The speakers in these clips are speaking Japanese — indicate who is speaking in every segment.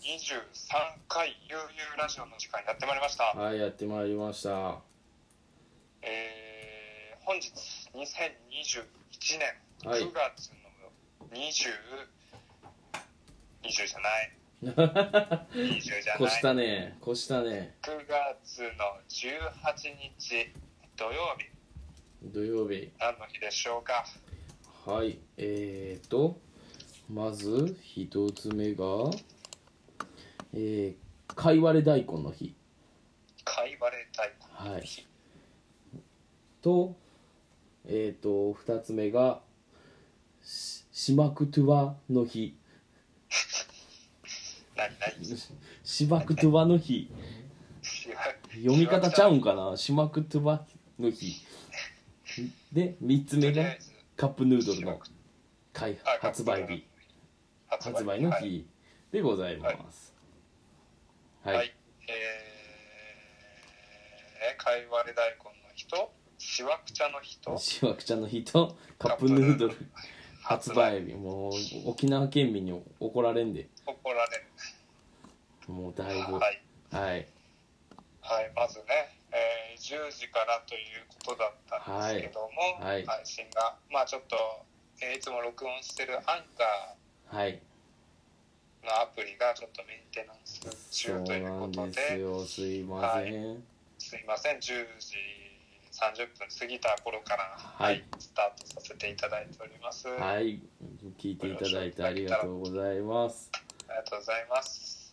Speaker 1: 23回悠々ラジオの時間にやってまいりました、
Speaker 2: はい、やってまいりました。
Speaker 1: えー本日2021年
Speaker 2: はい
Speaker 1: 9月の2020、20じゃない20じ ゃ
Speaker 2: こ
Speaker 1: な
Speaker 2: し
Speaker 1: い
Speaker 2: たね、こしたね。
Speaker 1: 9月の18日土曜日
Speaker 2: 土曜日。
Speaker 1: 何の日でしょうか
Speaker 2: はい、えーと、まず一つ目が、えー、かいわれ大根の日。
Speaker 1: 貝割れ大根
Speaker 2: はいと、えーと、二つ目が、ししまくとわの日。
Speaker 1: 何何
Speaker 2: しばくとわの日。読み方ちゃうんかなしまくとわの日。で、三つ目
Speaker 1: とり
Speaker 2: が
Speaker 1: あえず
Speaker 2: カップヌードルの開
Speaker 1: あ
Speaker 2: 発売日。
Speaker 1: 発
Speaker 2: 発売の
Speaker 1: はい
Speaker 2: 日でございます。は、
Speaker 1: はいい、えー、かいわれ大根の日としわくちゃの日と
Speaker 2: しわくちゃんの日とカップヌードル発
Speaker 1: 発売
Speaker 2: 売日、もう沖縄県民に怒られんで、
Speaker 1: 怒られる
Speaker 2: もうだいぶ、
Speaker 1: は、
Speaker 2: はいい、
Speaker 1: はい、まずね、えー10時からということだったんですけども、
Speaker 2: はいは
Speaker 1: 配信がまあちょっと、えーいつも録音してるアンカ
Speaker 2: はい、
Speaker 1: ーのアプリがちょっとメンテナンス
Speaker 2: そ
Speaker 1: 中
Speaker 2: う
Speaker 1: という
Speaker 2: な
Speaker 1: こ
Speaker 2: ん
Speaker 1: と
Speaker 2: です
Speaker 1: で
Speaker 2: よ、すいません。
Speaker 1: すいません10時30分過ぎた頃から、
Speaker 2: はい
Speaker 1: スタートさせていただいております、あ
Speaker 2: はい、聞いていただいてありがとうございます。
Speaker 1: りがとうございます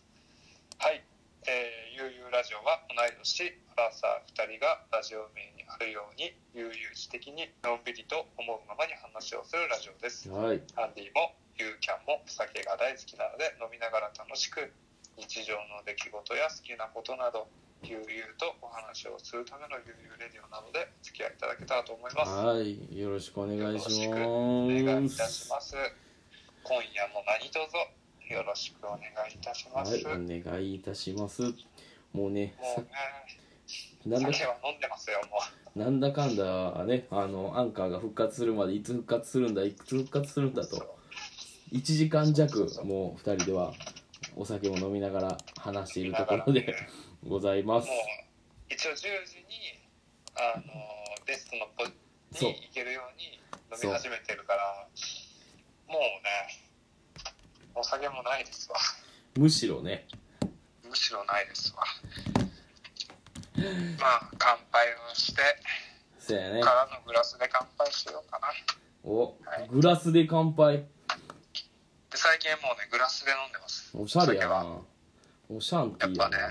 Speaker 1: はいえー、ゆうゆうラジオは同い年アラサー2人がラジオ名にあるように悠々自適にのんびりと思うままに話をするラジオです
Speaker 2: はい、
Speaker 1: アンディもユーキャンもお酒が大好きなので飲みながら楽しく日常の出来事や好きなことなど悠々とお話をするための悠々レディオなのでお付き合いいただけたらと思います。
Speaker 2: はい、よろしくお願いします。
Speaker 1: お願いいたします。今夜も何卒よろしくお願いいたします。
Speaker 2: はい、
Speaker 1: もうね、
Speaker 2: お願いいたします。もうね、さなんだ
Speaker 1: 酒は飲んでますよ、もう。
Speaker 2: なんだかんだねあのアンカーが復活するまでいつ復活するんだいつ復活するんだ
Speaker 1: そう
Speaker 2: と1時間
Speaker 1: そ
Speaker 2: 弱
Speaker 1: うそうそう
Speaker 2: もう2人ではお酒を飲みながら話していると
Speaker 1: だ
Speaker 2: こ
Speaker 1: から
Speaker 2: ろ
Speaker 1: ね
Speaker 2: でございま
Speaker 1: も
Speaker 2: す
Speaker 1: う一応10時にあのベストのポ
Speaker 2: そう
Speaker 1: に行けるように飲み始めてるからもうねお酒もないですわ
Speaker 2: むしろね
Speaker 1: むしろないですわまあ乾杯をして
Speaker 2: そうやね
Speaker 1: からのグラスで乾杯しようかな
Speaker 2: お
Speaker 1: はい
Speaker 2: グラスで乾杯
Speaker 1: で最近もうねグラスで飲んでます
Speaker 2: おしゃれや
Speaker 1: お酒は
Speaker 2: なおシャンティーやな
Speaker 1: やっ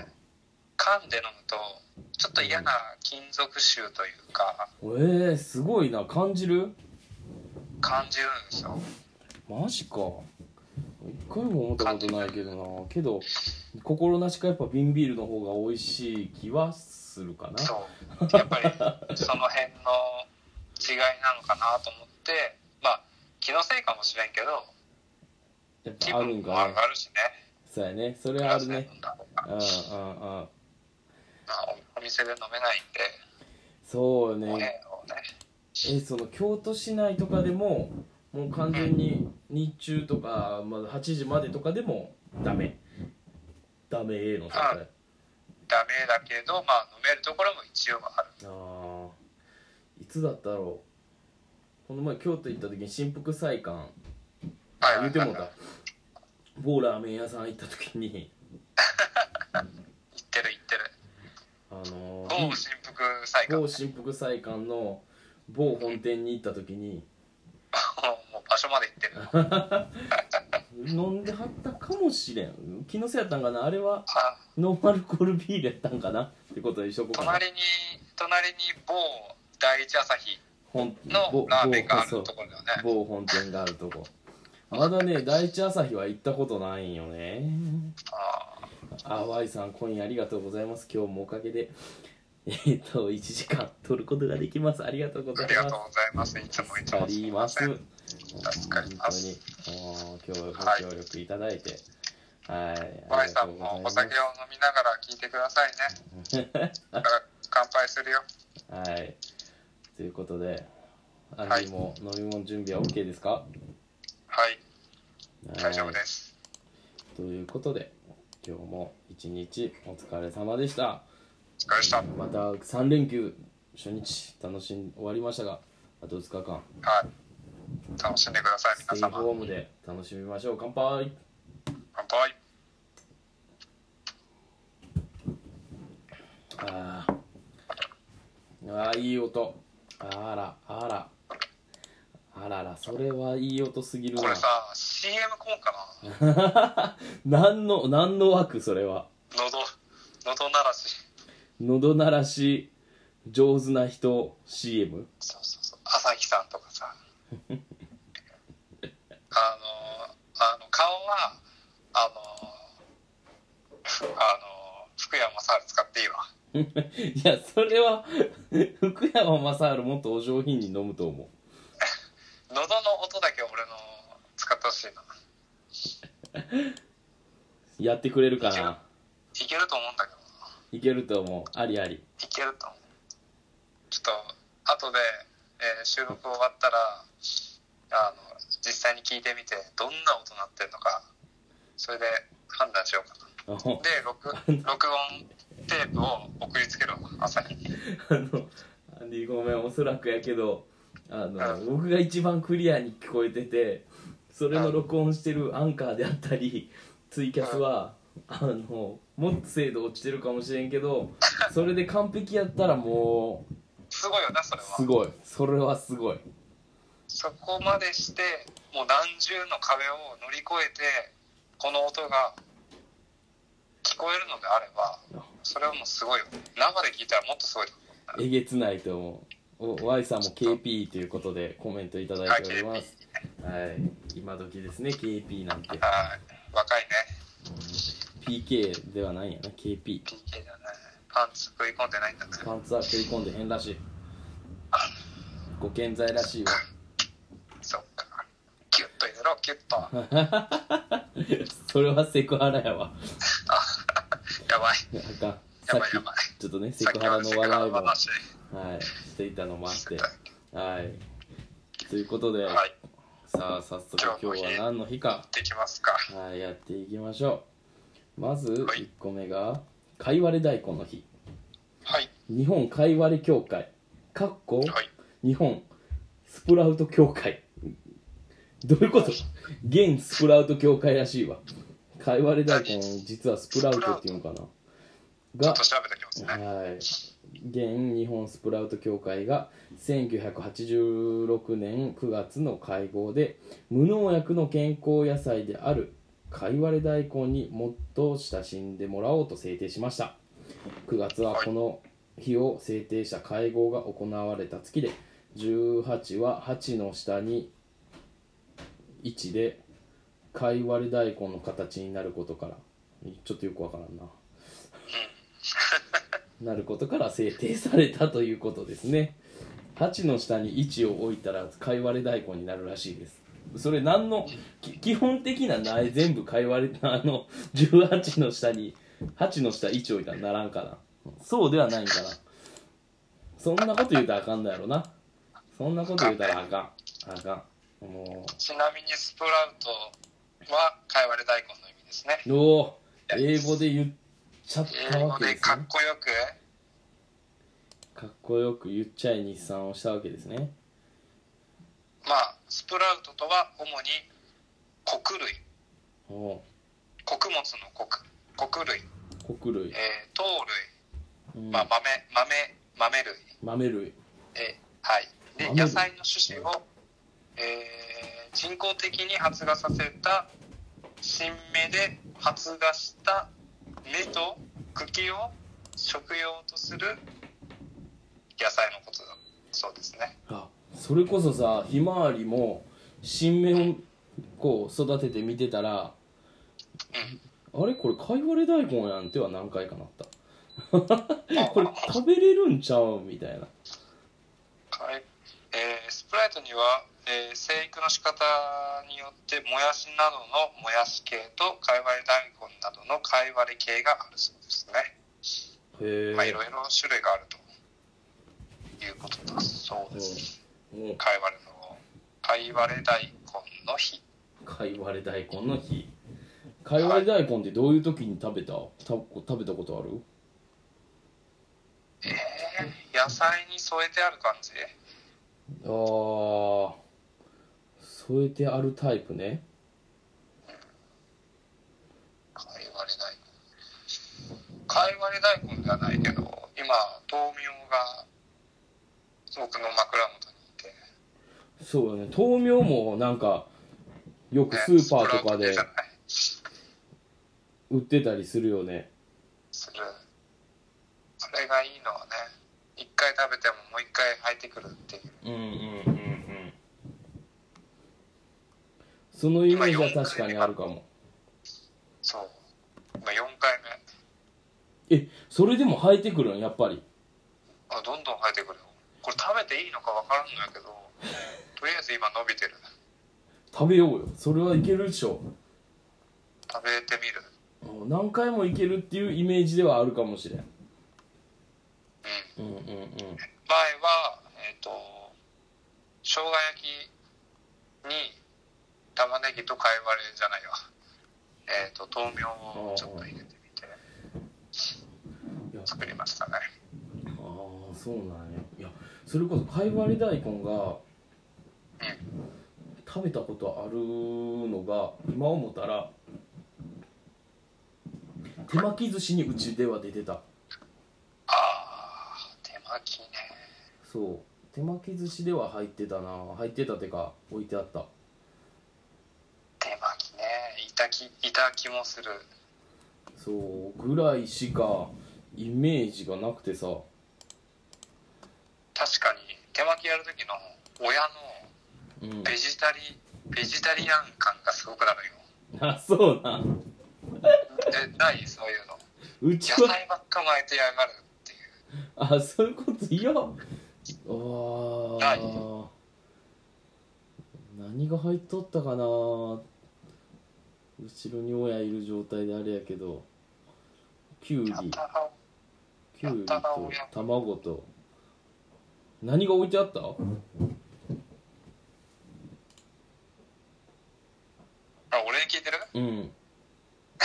Speaker 1: 噛んで飲むとちょっと嫌な金属臭というか
Speaker 2: えー、すごいな感じる
Speaker 1: 感じるんですよ
Speaker 2: マジか一回も思ったことないけどなけど心なしかやっぱ瓶ビールの方が美味しい気はするかな
Speaker 1: そうやっぱりその辺の違いなのかなと思ってまあ気のせいかもしれんけど
Speaker 2: やっ
Speaker 1: 気
Speaker 2: ぱある
Speaker 1: 分
Speaker 2: ん
Speaker 1: も
Speaker 2: か
Speaker 1: 上
Speaker 2: な
Speaker 1: がるしね
Speaker 2: そうやねそれ
Speaker 1: グ
Speaker 2: はあ
Speaker 1: ラ
Speaker 2: る
Speaker 1: スで
Speaker 2: ね
Speaker 1: 飲んだ方が、
Speaker 2: うんうんうん
Speaker 1: まあ、お店で飲めないんで、
Speaker 2: そうよ
Speaker 1: お
Speaker 2: ね
Speaker 1: ねをね
Speaker 2: えその京都市内とかでももう完全に日中とか、ま、だ8時までとかでもダメダメ A の状態
Speaker 1: ダメだけどまあ飲めるところも一応ある
Speaker 2: あーいつだったろうこの前京都行った時に新福祭館あ言うてもう
Speaker 1: 行った
Speaker 2: 某ラーメン屋さん行った時に
Speaker 1: てる行ってる
Speaker 2: あのー
Speaker 1: 某新福祭館
Speaker 2: 某新福祭館の某本店に行った時に
Speaker 1: もう場所まで行ってる
Speaker 2: 飲んではったかもしれん気のせいやったんかなあれは
Speaker 1: あ
Speaker 2: ノンアルコールビールやったんかなってことにしとこうかな
Speaker 1: 隣に隣に某第一朝日
Speaker 2: 本
Speaker 1: のラーメンがある
Speaker 2: 某
Speaker 1: ところだよ
Speaker 2: そう
Speaker 1: ね
Speaker 2: 某本店があるとこまだね第一朝日は行ったことないんよね
Speaker 1: あー
Speaker 2: あワイさん今夜ありがとうございます今日もおかげでえーっと1時間取ることができますありがとうござ
Speaker 1: あ
Speaker 2: い
Speaker 1: りが
Speaker 2: ま
Speaker 1: と
Speaker 2: す
Speaker 1: うございます。いつもいつも
Speaker 2: あります
Speaker 1: い助かります
Speaker 2: 本当にもう今日は
Speaker 1: はい
Speaker 2: ご協力いただいてはい
Speaker 1: ません。ワイさんもお酒を飲みながら聞いてくださいね。 だから乾杯するよ。
Speaker 2: はい。ということで、アンデ
Speaker 1: はい
Speaker 2: ィも飲み物準備は OK ですか、は
Speaker 1: はい、
Speaker 2: い
Speaker 1: 大丈夫です。
Speaker 2: ということで、今日も一日お疲れ様でした
Speaker 1: お疲れ様でした。
Speaker 2: また3連休初日楽しん終わりましたがあと2日間
Speaker 1: はい。楽しんでください、
Speaker 2: ステ
Speaker 1: 皆
Speaker 2: イ
Speaker 1: 様。
Speaker 2: ホームで楽しみましょう乾杯
Speaker 1: 乾杯。
Speaker 2: あーあーいい音あらあらあららそれはいい音すぎる
Speaker 1: これさ
Speaker 2: な、
Speaker 1: CM コンかな
Speaker 2: 何の何の枠それは
Speaker 1: 喉、喉鳴らし。
Speaker 2: 喉鳴らし上手な人 CM
Speaker 1: そうそうそう。朝日さんとかさ。あの、あの、顔は、あの、ふあの、福山雅治使っていい
Speaker 2: い
Speaker 1: わ。
Speaker 2: やそれは 福山雅治もっとお上品に飲むと思
Speaker 1: 喉の音だけ俺の使ってほしいな。
Speaker 2: うやってくれるかない
Speaker 1: けると思うんだけどな。
Speaker 2: いけると思うありあり
Speaker 1: いけると思うちょっと後で、えー収録終わったらあの実際に聞いてみてどんな音なってるのかそれで判断しようかな
Speaker 2: あの
Speaker 1: で録録音テープを送りつけるわ朝に
Speaker 2: あのアンディごめんおそらくやけどあの僕が一番クリアに聞こえててそれの録音してるアンカーであったりツイキャスはあのもっと精度落ちてるかもしれんけどそれで完璧やったらもう
Speaker 1: すごいよなそれ
Speaker 2: す
Speaker 1: は
Speaker 2: ごいそれはすごい
Speaker 1: そこまでしてもう何重の壁を乗り越えてこの音が聞こえるのであればそれはもうすごいよ生で聞いたらもっとすごいと思う
Speaker 2: えげつないと思うお Y さんも KP ということでコメントいただいておりますはい今時ですね KP なんて
Speaker 1: はい若いね
Speaker 2: PK ではないんやな KP
Speaker 1: PK だねパンツ食い込んでないんだね
Speaker 2: パンツは食い込んでへんらしいご健在らしいわ
Speaker 1: そっかキュッと入れろキュッとあ
Speaker 2: それはセクハラやわ
Speaker 1: やばい
Speaker 2: あかんさ
Speaker 1: や
Speaker 2: っ
Speaker 1: ばい
Speaker 2: き
Speaker 1: やばい
Speaker 2: ちょっとねセ
Speaker 1: さっ
Speaker 2: ク
Speaker 1: き
Speaker 2: ハラ
Speaker 1: まで
Speaker 2: の
Speaker 1: セクハラ
Speaker 2: 笑い
Speaker 1: の
Speaker 2: もは
Speaker 1: 話
Speaker 2: いしていたのもあっ
Speaker 1: して
Speaker 2: て
Speaker 1: た
Speaker 2: はいということで、
Speaker 1: はい
Speaker 2: さあ早速今日は何の日か
Speaker 1: できますか
Speaker 2: はいやっていきましょうまず
Speaker 1: はい
Speaker 2: 1個目がかいわれ大根の日
Speaker 1: はい
Speaker 2: 日本かいわれ協会かっこ
Speaker 1: はい
Speaker 2: 日本スプラウト協会どういうこと現スプラウト協会らしいわかいわれ大根実はスプラウトっていうのか
Speaker 1: ちょ
Speaker 2: な
Speaker 1: っと調べてきますね
Speaker 2: がはい現日本スプラウト協会が1986年9月の会合で無農薬の健康野菜であるかいわれ大根にもっと親しんでもらおうと制定しました9月はこの日を制定した会合が行われた月で18は8の下に1でかいわれ大根の形になることからちょっとよくわからんななることから制定されたということですね8の下に1を置いたらかいわれ大根になるらしいですそれ何のき基本的な苗全部かいわれあの18の下に8の下1置いたらならんかなそうではないんかなそんなこと言うたらあかんだやろなそんなこと言うたらあかんあかんもう
Speaker 1: ちなみにスプラウトはかいわれ大根の意味ですね
Speaker 2: おお英語で言っちゃった
Speaker 1: 英
Speaker 2: わ
Speaker 1: 語
Speaker 2: けで
Speaker 1: です
Speaker 2: ね
Speaker 1: かっこよく
Speaker 2: かっこよく言っちゃい日産をしたわけですね
Speaker 1: まあスプラウトとは主に穀類
Speaker 2: おお
Speaker 1: 穀物の穀穀類、
Speaker 2: う穀類、
Speaker 1: えー糖
Speaker 2: うん
Speaker 1: 類、まあ、豆豆豆類
Speaker 2: 豆類
Speaker 1: えはい、で
Speaker 2: 豆類
Speaker 1: 野菜の種子を、えー人工的に発芽させた新芽で発芽した芽と茎を食用とする野菜のことだそうですね
Speaker 2: あそれこそさひまわりも新芽をこう育てて見てたらあれこれかいわれ大根やんっては何回かなったこれ食べれるんちゃうみたいな
Speaker 1: はいえースプライトには、えー生育の仕方によってもやしなどのもやし系とかいわれ大根などのかいわれ系があるそうですね
Speaker 2: へえ、
Speaker 1: まあ、いろいろ種類があるということだそうです。
Speaker 2: うん
Speaker 1: かいわれの、かいわれ大根の日。
Speaker 2: かいわれ大根の日かいわれ大根ってどういう時に食べたた食べたことある
Speaker 1: 野菜に添えてある感じ
Speaker 2: あー添えてあるタイプね
Speaker 1: かいわれ大根かいわれ大根ではないけど今豆苗が僕の枕元にいて
Speaker 2: そうだね豆苗もなんかよくスーパーとか
Speaker 1: ね
Speaker 2: で
Speaker 1: スプラウトじゃない
Speaker 2: 売ってたりするよね
Speaker 1: するそれがいいのはね一回食べてももう一回入ってくるってい
Speaker 2: う
Speaker 1: う
Speaker 2: んうんうんうんそのイメージは確かにあるかも
Speaker 1: そう今4回目
Speaker 2: えそれでも生えてくるんやっぱり
Speaker 1: あどんどん生えてくるよこれ食べていいのか分からんのやけどとりあえず今伸びてる
Speaker 2: 食べようよそれはいけるでしょ
Speaker 1: 食べてみる
Speaker 2: 何回もいけるっていうイメージではあるかもしれん
Speaker 1: う
Speaker 2: う
Speaker 1: ん
Speaker 2: んうんうん
Speaker 1: 前はえっ、と生姜焼きに玉ねぎとかいわれじゃないわえっ、と豆苗をちょっと入れてみて
Speaker 2: いや
Speaker 1: 作りましたね
Speaker 2: ああそうなんやいやそれこそかいわれ大根が食べたことあるのが今思ったら手巻き寿司にうちでは出てた
Speaker 1: ああ手巻きね
Speaker 2: そう手巻き寿司では入ってたな入ってたてか置いてあった
Speaker 1: 手巻きねいたきいた気もする
Speaker 2: そうぐらいしかイメージがなくてさ
Speaker 1: 確かに手巻きやる時の親の
Speaker 2: うん
Speaker 1: ベジタリベジタリアン感がすごくなるよ
Speaker 2: あそうなん
Speaker 1: えないそういうの
Speaker 2: うち
Speaker 1: 野
Speaker 2: は
Speaker 1: 菜ばっか巻いてやがるっていう
Speaker 2: あそういうこといやあ
Speaker 1: ない
Speaker 2: ー何が入っとったかな後ろに親いる状態であれやけどきゅうり
Speaker 1: やたら
Speaker 2: きゅうり
Speaker 1: やったな
Speaker 2: と
Speaker 1: 親
Speaker 2: 卵と何が置いてあった
Speaker 1: あ俺に聞いてる
Speaker 2: うんさ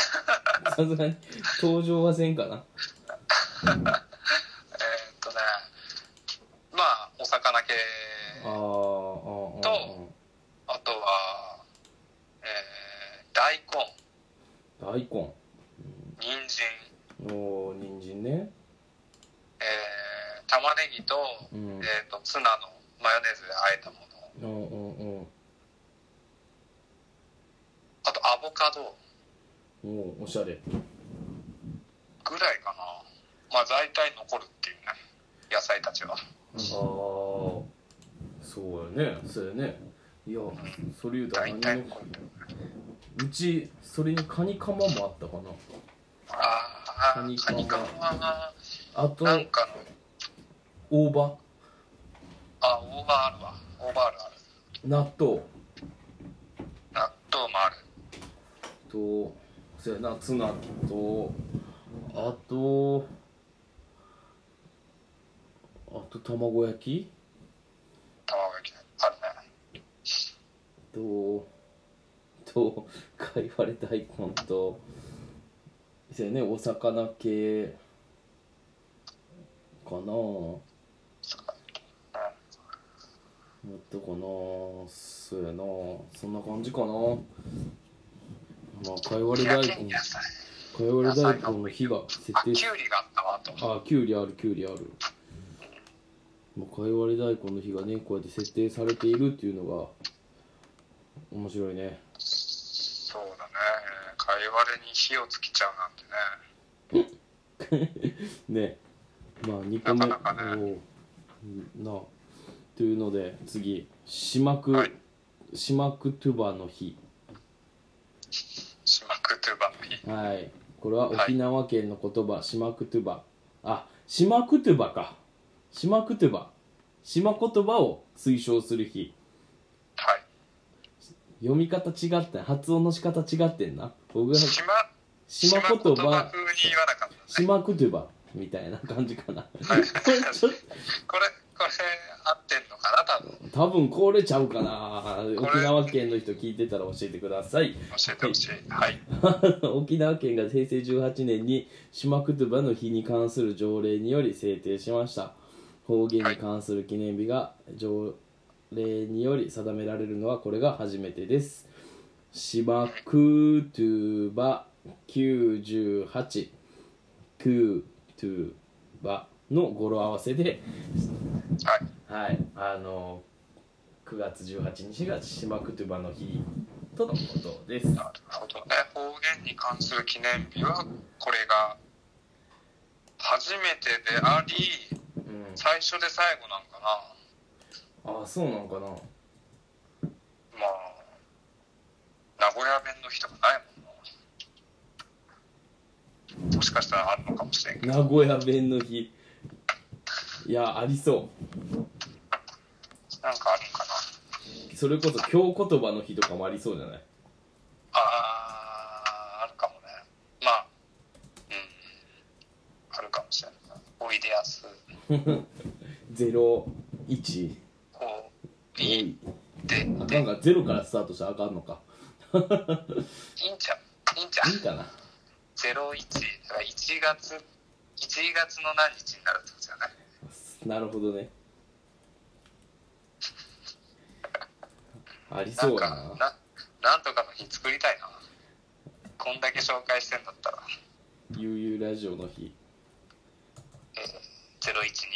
Speaker 2: すがに登場はせんかな
Speaker 1: えーっとねまあお魚系
Speaker 2: あーあ
Speaker 1: あ
Speaker 2: ーあー
Speaker 1: とは、えー大根
Speaker 2: あー大根
Speaker 1: 人参
Speaker 2: おー人参ね
Speaker 1: えー玉ねぎと,、
Speaker 2: うん
Speaker 1: えーっとツナのマヨネーズで和えたもの
Speaker 2: うんうんうん
Speaker 1: あとアボカド
Speaker 2: おーおしゃれ
Speaker 1: ぐらいかなまあ大体残るっていうね野菜たちは
Speaker 2: ああそうやねそうやねいやそれ言うたら
Speaker 1: 大体
Speaker 2: 何の
Speaker 1: 残る
Speaker 2: うちそれにカニカマもあったか
Speaker 1: ああ
Speaker 2: カ
Speaker 1: カ
Speaker 2: ニ
Speaker 1: ニ
Speaker 2: カ
Speaker 1: カ
Speaker 2: マ
Speaker 1: マは
Speaker 2: なあと
Speaker 1: なんかの
Speaker 2: 大葉
Speaker 1: あオーバーあるわオーバーあるある
Speaker 2: 納豆
Speaker 1: 納豆もある
Speaker 2: とそうやなツナとあとあと卵焼き
Speaker 1: 卵焼きあるね
Speaker 2: ととかいわれ大根とそうやねお魚系かなもっとかなそうやなそんな感じかなまあかいわれ大根
Speaker 1: 野
Speaker 2: か
Speaker 1: 菜
Speaker 2: いわれ大根の火が設
Speaker 1: あ
Speaker 2: 定
Speaker 1: きゅうりがあったわあと
Speaker 2: あきゅうりあるきゅうりあるまあかいわれ大根の火がねこうやって設定されているっていうのが面白いね
Speaker 1: そうだねかいわれに火をつけちゃうなんてね
Speaker 2: ねまあ2個目
Speaker 1: なかなかね
Speaker 2: おううんなあというので次島区、
Speaker 1: はい
Speaker 2: 島区トゥバの日
Speaker 1: しまくという番組
Speaker 2: はいこれは沖縄県の言葉、シマ島クトゥバあ島クトゥバか島クトゥバ島言葉を推奨する日
Speaker 1: はい
Speaker 2: 読み方違ってん発音の仕方違ってんな僕が
Speaker 1: 島
Speaker 2: 島言葉
Speaker 1: 島風に言わなかったね
Speaker 2: 島クトゥバみたいな感じかなこ
Speaker 1: はい
Speaker 2: れちょっと
Speaker 1: これここれ合ってんのかな多分
Speaker 2: 多分これちゃうかな沖縄県の人聞いてたら教えてください
Speaker 1: 教えてほしいはい
Speaker 2: 沖縄県が平成18年に島クトゥバの日に関する条例により制定しました方言に関する記念日が条例により定められるのはこれが初めてです島クトゥバ98クートゥバの語呂合わせで
Speaker 1: はい
Speaker 2: はい、あの9月18日が島クトゥバの日とのことです。
Speaker 1: なるほどね方言に関する記念日はこれが初めてであり
Speaker 2: うん、
Speaker 1: 最初で最後なんか
Speaker 2: ああ、そうなんかな。
Speaker 1: なまあ名古屋弁の人がないもんなもしかしたらあるのかもしれんけど
Speaker 2: 名古屋弁の日。いや、ありそ
Speaker 1: なんかあるんかな
Speaker 2: う。それこそ京言葉の日とかもありそうじゃない
Speaker 1: あーあるかもねまあうんあるかもしれないおいでやす
Speaker 2: ?0、1、お
Speaker 1: おい
Speaker 2: い。
Speaker 1: で
Speaker 2: あかんか、0からスタートしたらあかんのか。
Speaker 1: いいんちゃういいんちゃう
Speaker 2: いいかな。
Speaker 1: ゼロ一だから一月一月の何日になるってことじゃない
Speaker 2: なるほどね。ありそうや
Speaker 1: なんかななんとかの日作りたいなこんだけ紹介してんだったら
Speaker 2: な。悠々ラジオの日。
Speaker 1: ゼロ一二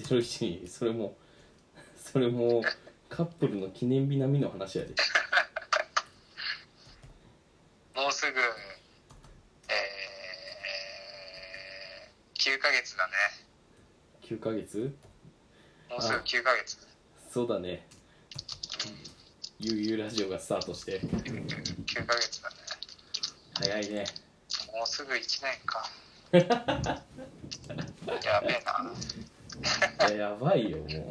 Speaker 1: 二
Speaker 2: ゼロ一にそれもそれもカップルの記念日並みの話やで
Speaker 1: もうすぐえー、9ヶ月だね
Speaker 2: 9ヶ月
Speaker 1: もうすぐ9ヶ月
Speaker 2: そうだね悠々ラジオがスタートして
Speaker 1: 9ヶ月だね
Speaker 2: 早いね
Speaker 1: もうすぐ1年 かやべえない
Speaker 2: ややばいよもう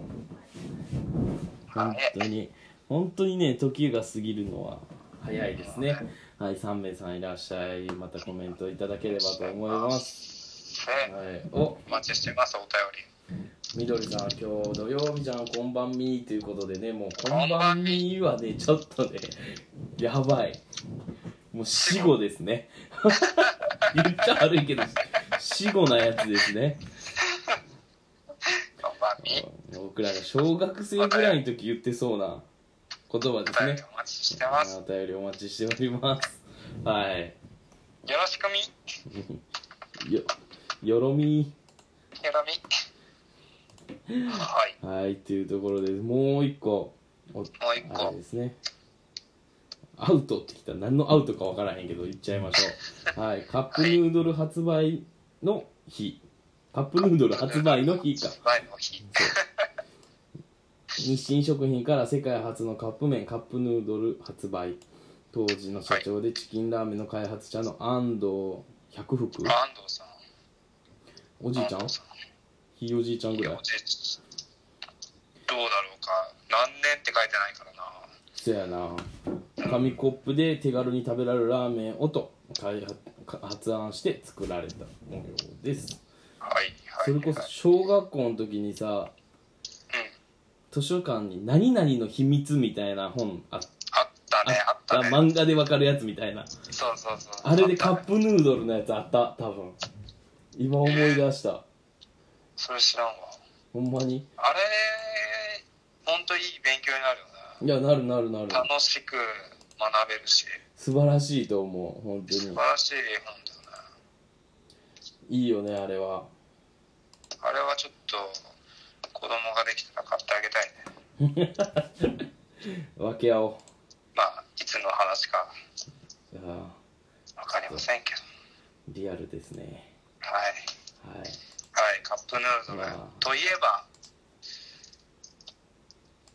Speaker 2: 本当に本当にね時が過ぎるのは早いですねはい3名さんいらっしゃいまたコメントいただければと思います
Speaker 1: で
Speaker 2: はいお
Speaker 1: お待ちしてますお便り
Speaker 2: みどりさん今日土曜日じゃんこんばんみーということでねもうこんばんみーはねちょっとねやばいもう死後ですね 言っちゃ悪いけど死後なやつですね
Speaker 1: こんばんみ
Speaker 2: 僕らが小学生ぐらいの時言ってそうな言葉で
Speaker 1: お
Speaker 2: す
Speaker 1: 便
Speaker 2: ね
Speaker 1: りお待ちしてます
Speaker 2: お便りお待ちしておりますはい
Speaker 1: よろしくみ
Speaker 2: よよろみー
Speaker 1: よろみはい
Speaker 2: はい、っていうところです。もう一個。もう一あ
Speaker 1: 個
Speaker 2: れですね。アウトってきた。何のアウトかわからへんけど、言っちゃいましょう。はい、カップヌードル発売の日。カップヌードル発売の日か。
Speaker 1: 発売の日
Speaker 2: 日清食品から世界初のカップ麺カップヌードル発売当時の社長でチキンラーメンの開発者の安藤百福
Speaker 1: 安藤さん
Speaker 2: おじいちゃん
Speaker 1: 安藤さん
Speaker 2: ひいおじいちゃんぐらい
Speaker 1: おじいちゃんどうだろうか何年って書いてないからな
Speaker 2: そやな紙コップで手軽に食べられるラーメンをと開発発案して作られた模様です
Speaker 1: はいはい
Speaker 2: それこそ
Speaker 1: はい
Speaker 2: 小学校の時にさ
Speaker 1: う
Speaker 2: 図
Speaker 1: ん、
Speaker 2: 書館に「何々の秘密」みたいな本あっ
Speaker 1: あったねあった
Speaker 2: た
Speaker 1: ね
Speaker 2: 漫画でわかるやつみたいな
Speaker 1: そうそうそう
Speaker 2: あれで
Speaker 1: った
Speaker 2: カ
Speaker 1: ね
Speaker 2: ップヌードルのやつあった多分今思い出した
Speaker 1: それ知らんわ
Speaker 2: ほんまに
Speaker 1: あれ本当いい勉強になるよね
Speaker 2: いやなるなるなる
Speaker 1: 楽しく学べるし
Speaker 2: 素晴らしいと思う本当
Speaker 1: 素晴らしい本だよね
Speaker 2: にいいよねあれは
Speaker 1: あれはちょっと子供ができたら買ってあげたいね
Speaker 2: 分け合おう
Speaker 1: まあいつの話か
Speaker 2: いやー
Speaker 1: 分かりませんけど
Speaker 2: リアルですね
Speaker 1: はい
Speaker 2: はい
Speaker 1: はいカップヌードル
Speaker 2: まあ
Speaker 1: といえば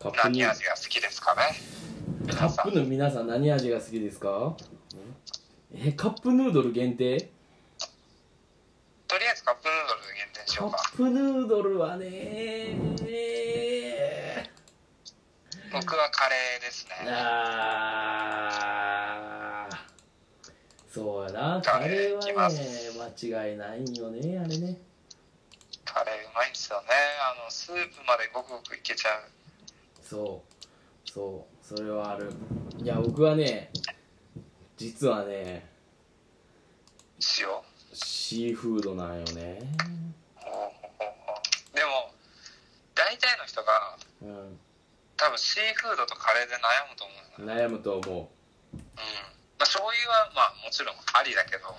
Speaker 2: カップヌ
Speaker 1: 何
Speaker 2: ードル
Speaker 1: 味が好きですかね
Speaker 2: カ
Speaker 1: 皆さ
Speaker 2: ッ
Speaker 1: ん
Speaker 2: プの皆さん何味が好きですかえカップヌードル限定
Speaker 1: とりあえずカップヌードル限定し
Speaker 2: カ
Speaker 1: ようか
Speaker 2: ップヌードルはね
Speaker 1: 僕はカレーですね
Speaker 2: あーそうやなカ
Speaker 1: カ
Speaker 2: レ
Speaker 1: レ
Speaker 2: ーは
Speaker 1: ー
Speaker 2: ね
Speaker 1: いきます
Speaker 2: 間違いないよねあれね
Speaker 1: カレーうまいんですよねあのスープまでごくごくいけちゃう
Speaker 2: そうそうそれはあるいや僕はね実はね
Speaker 1: 塩
Speaker 2: シーフードなんよね
Speaker 1: でも大体の人が
Speaker 2: うん
Speaker 1: 多分シーフードとカレーで悩むと思うのね
Speaker 2: 悩むと思
Speaker 1: うんまあ醤油はまあもちろんありだけど
Speaker 2: う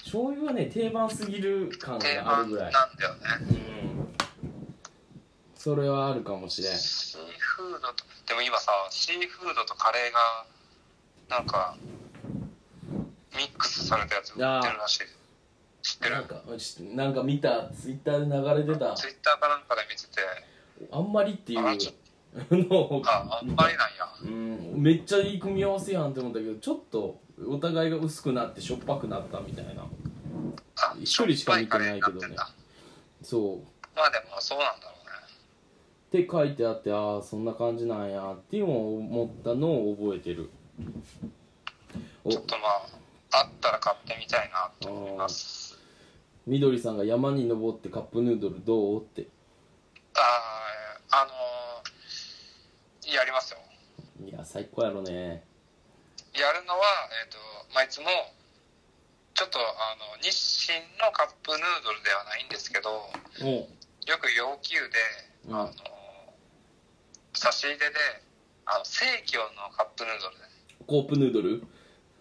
Speaker 2: 醤油はね定番すぎる感
Speaker 1: 定
Speaker 2: がある
Speaker 1: 番
Speaker 2: ぐらい
Speaker 1: なんだよね
Speaker 2: うんそれはあるかもしれん
Speaker 1: シーフードとでも今さシーフードとカレーがなんかミックスされたやつ売ってるらしい知ってる
Speaker 2: なんかしなんか見たツイッターで流れてた
Speaker 1: ツイッターかなんかで見てて
Speaker 2: あんまりっていう
Speaker 1: あちょ
Speaker 2: のを
Speaker 1: ああんまりなんや
Speaker 2: うんめっちゃいい組み合わせやんって思ったけどちょっとお互いが薄くなってしょっぱくなったみたいな
Speaker 1: あ
Speaker 2: 一人しか見てないけどね
Speaker 1: しょっぱカレーにってんだ
Speaker 2: そうっ
Speaker 1: まあでもそうなんだろうね
Speaker 2: て書いてあってああそんな感じなんやっていうのを思ったのを覚えてるお
Speaker 1: ちょっとまああったら買ってみたいなと思います
Speaker 2: みどりさんが山に登ってカップヌードルどうって
Speaker 1: あああのーやりますよ
Speaker 2: いや最高やろね
Speaker 1: やるのは、えっとまあ、いつもちょっとあの日清のカップヌードルではないんですけど
Speaker 2: お
Speaker 1: よく要求
Speaker 2: う
Speaker 1: で、
Speaker 2: ん
Speaker 1: あの差し入れであの正規のカップヌードルで
Speaker 2: コープヌードル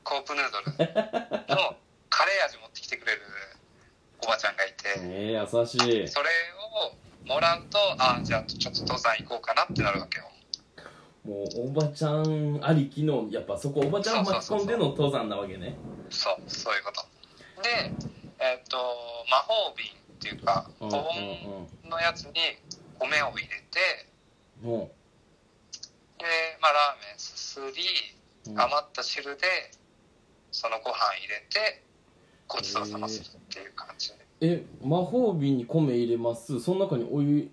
Speaker 1: コープヌードルのカレー味持ってきてくれるおばちゃんがいて、
Speaker 2: ええ優しい
Speaker 1: それをもらうとあじゃあちょっと登山行こうかなってなるわけよ
Speaker 2: もうおばちゃんありきのやっぱそこおばちゃんを巻き込んでの登山なわけね
Speaker 1: そうそういうことでえっ、と魔法瓶っていうか
Speaker 2: う
Speaker 1: 保
Speaker 2: ん
Speaker 1: 温のやつに米を入れて
Speaker 2: うんうんも
Speaker 1: で、まあ、ラーメンすすり
Speaker 2: う、うん、
Speaker 1: 余った汁でそのご飯入れてごちそうさまするっていう感じで
Speaker 2: え魔法瓶に米入れますその中にお湯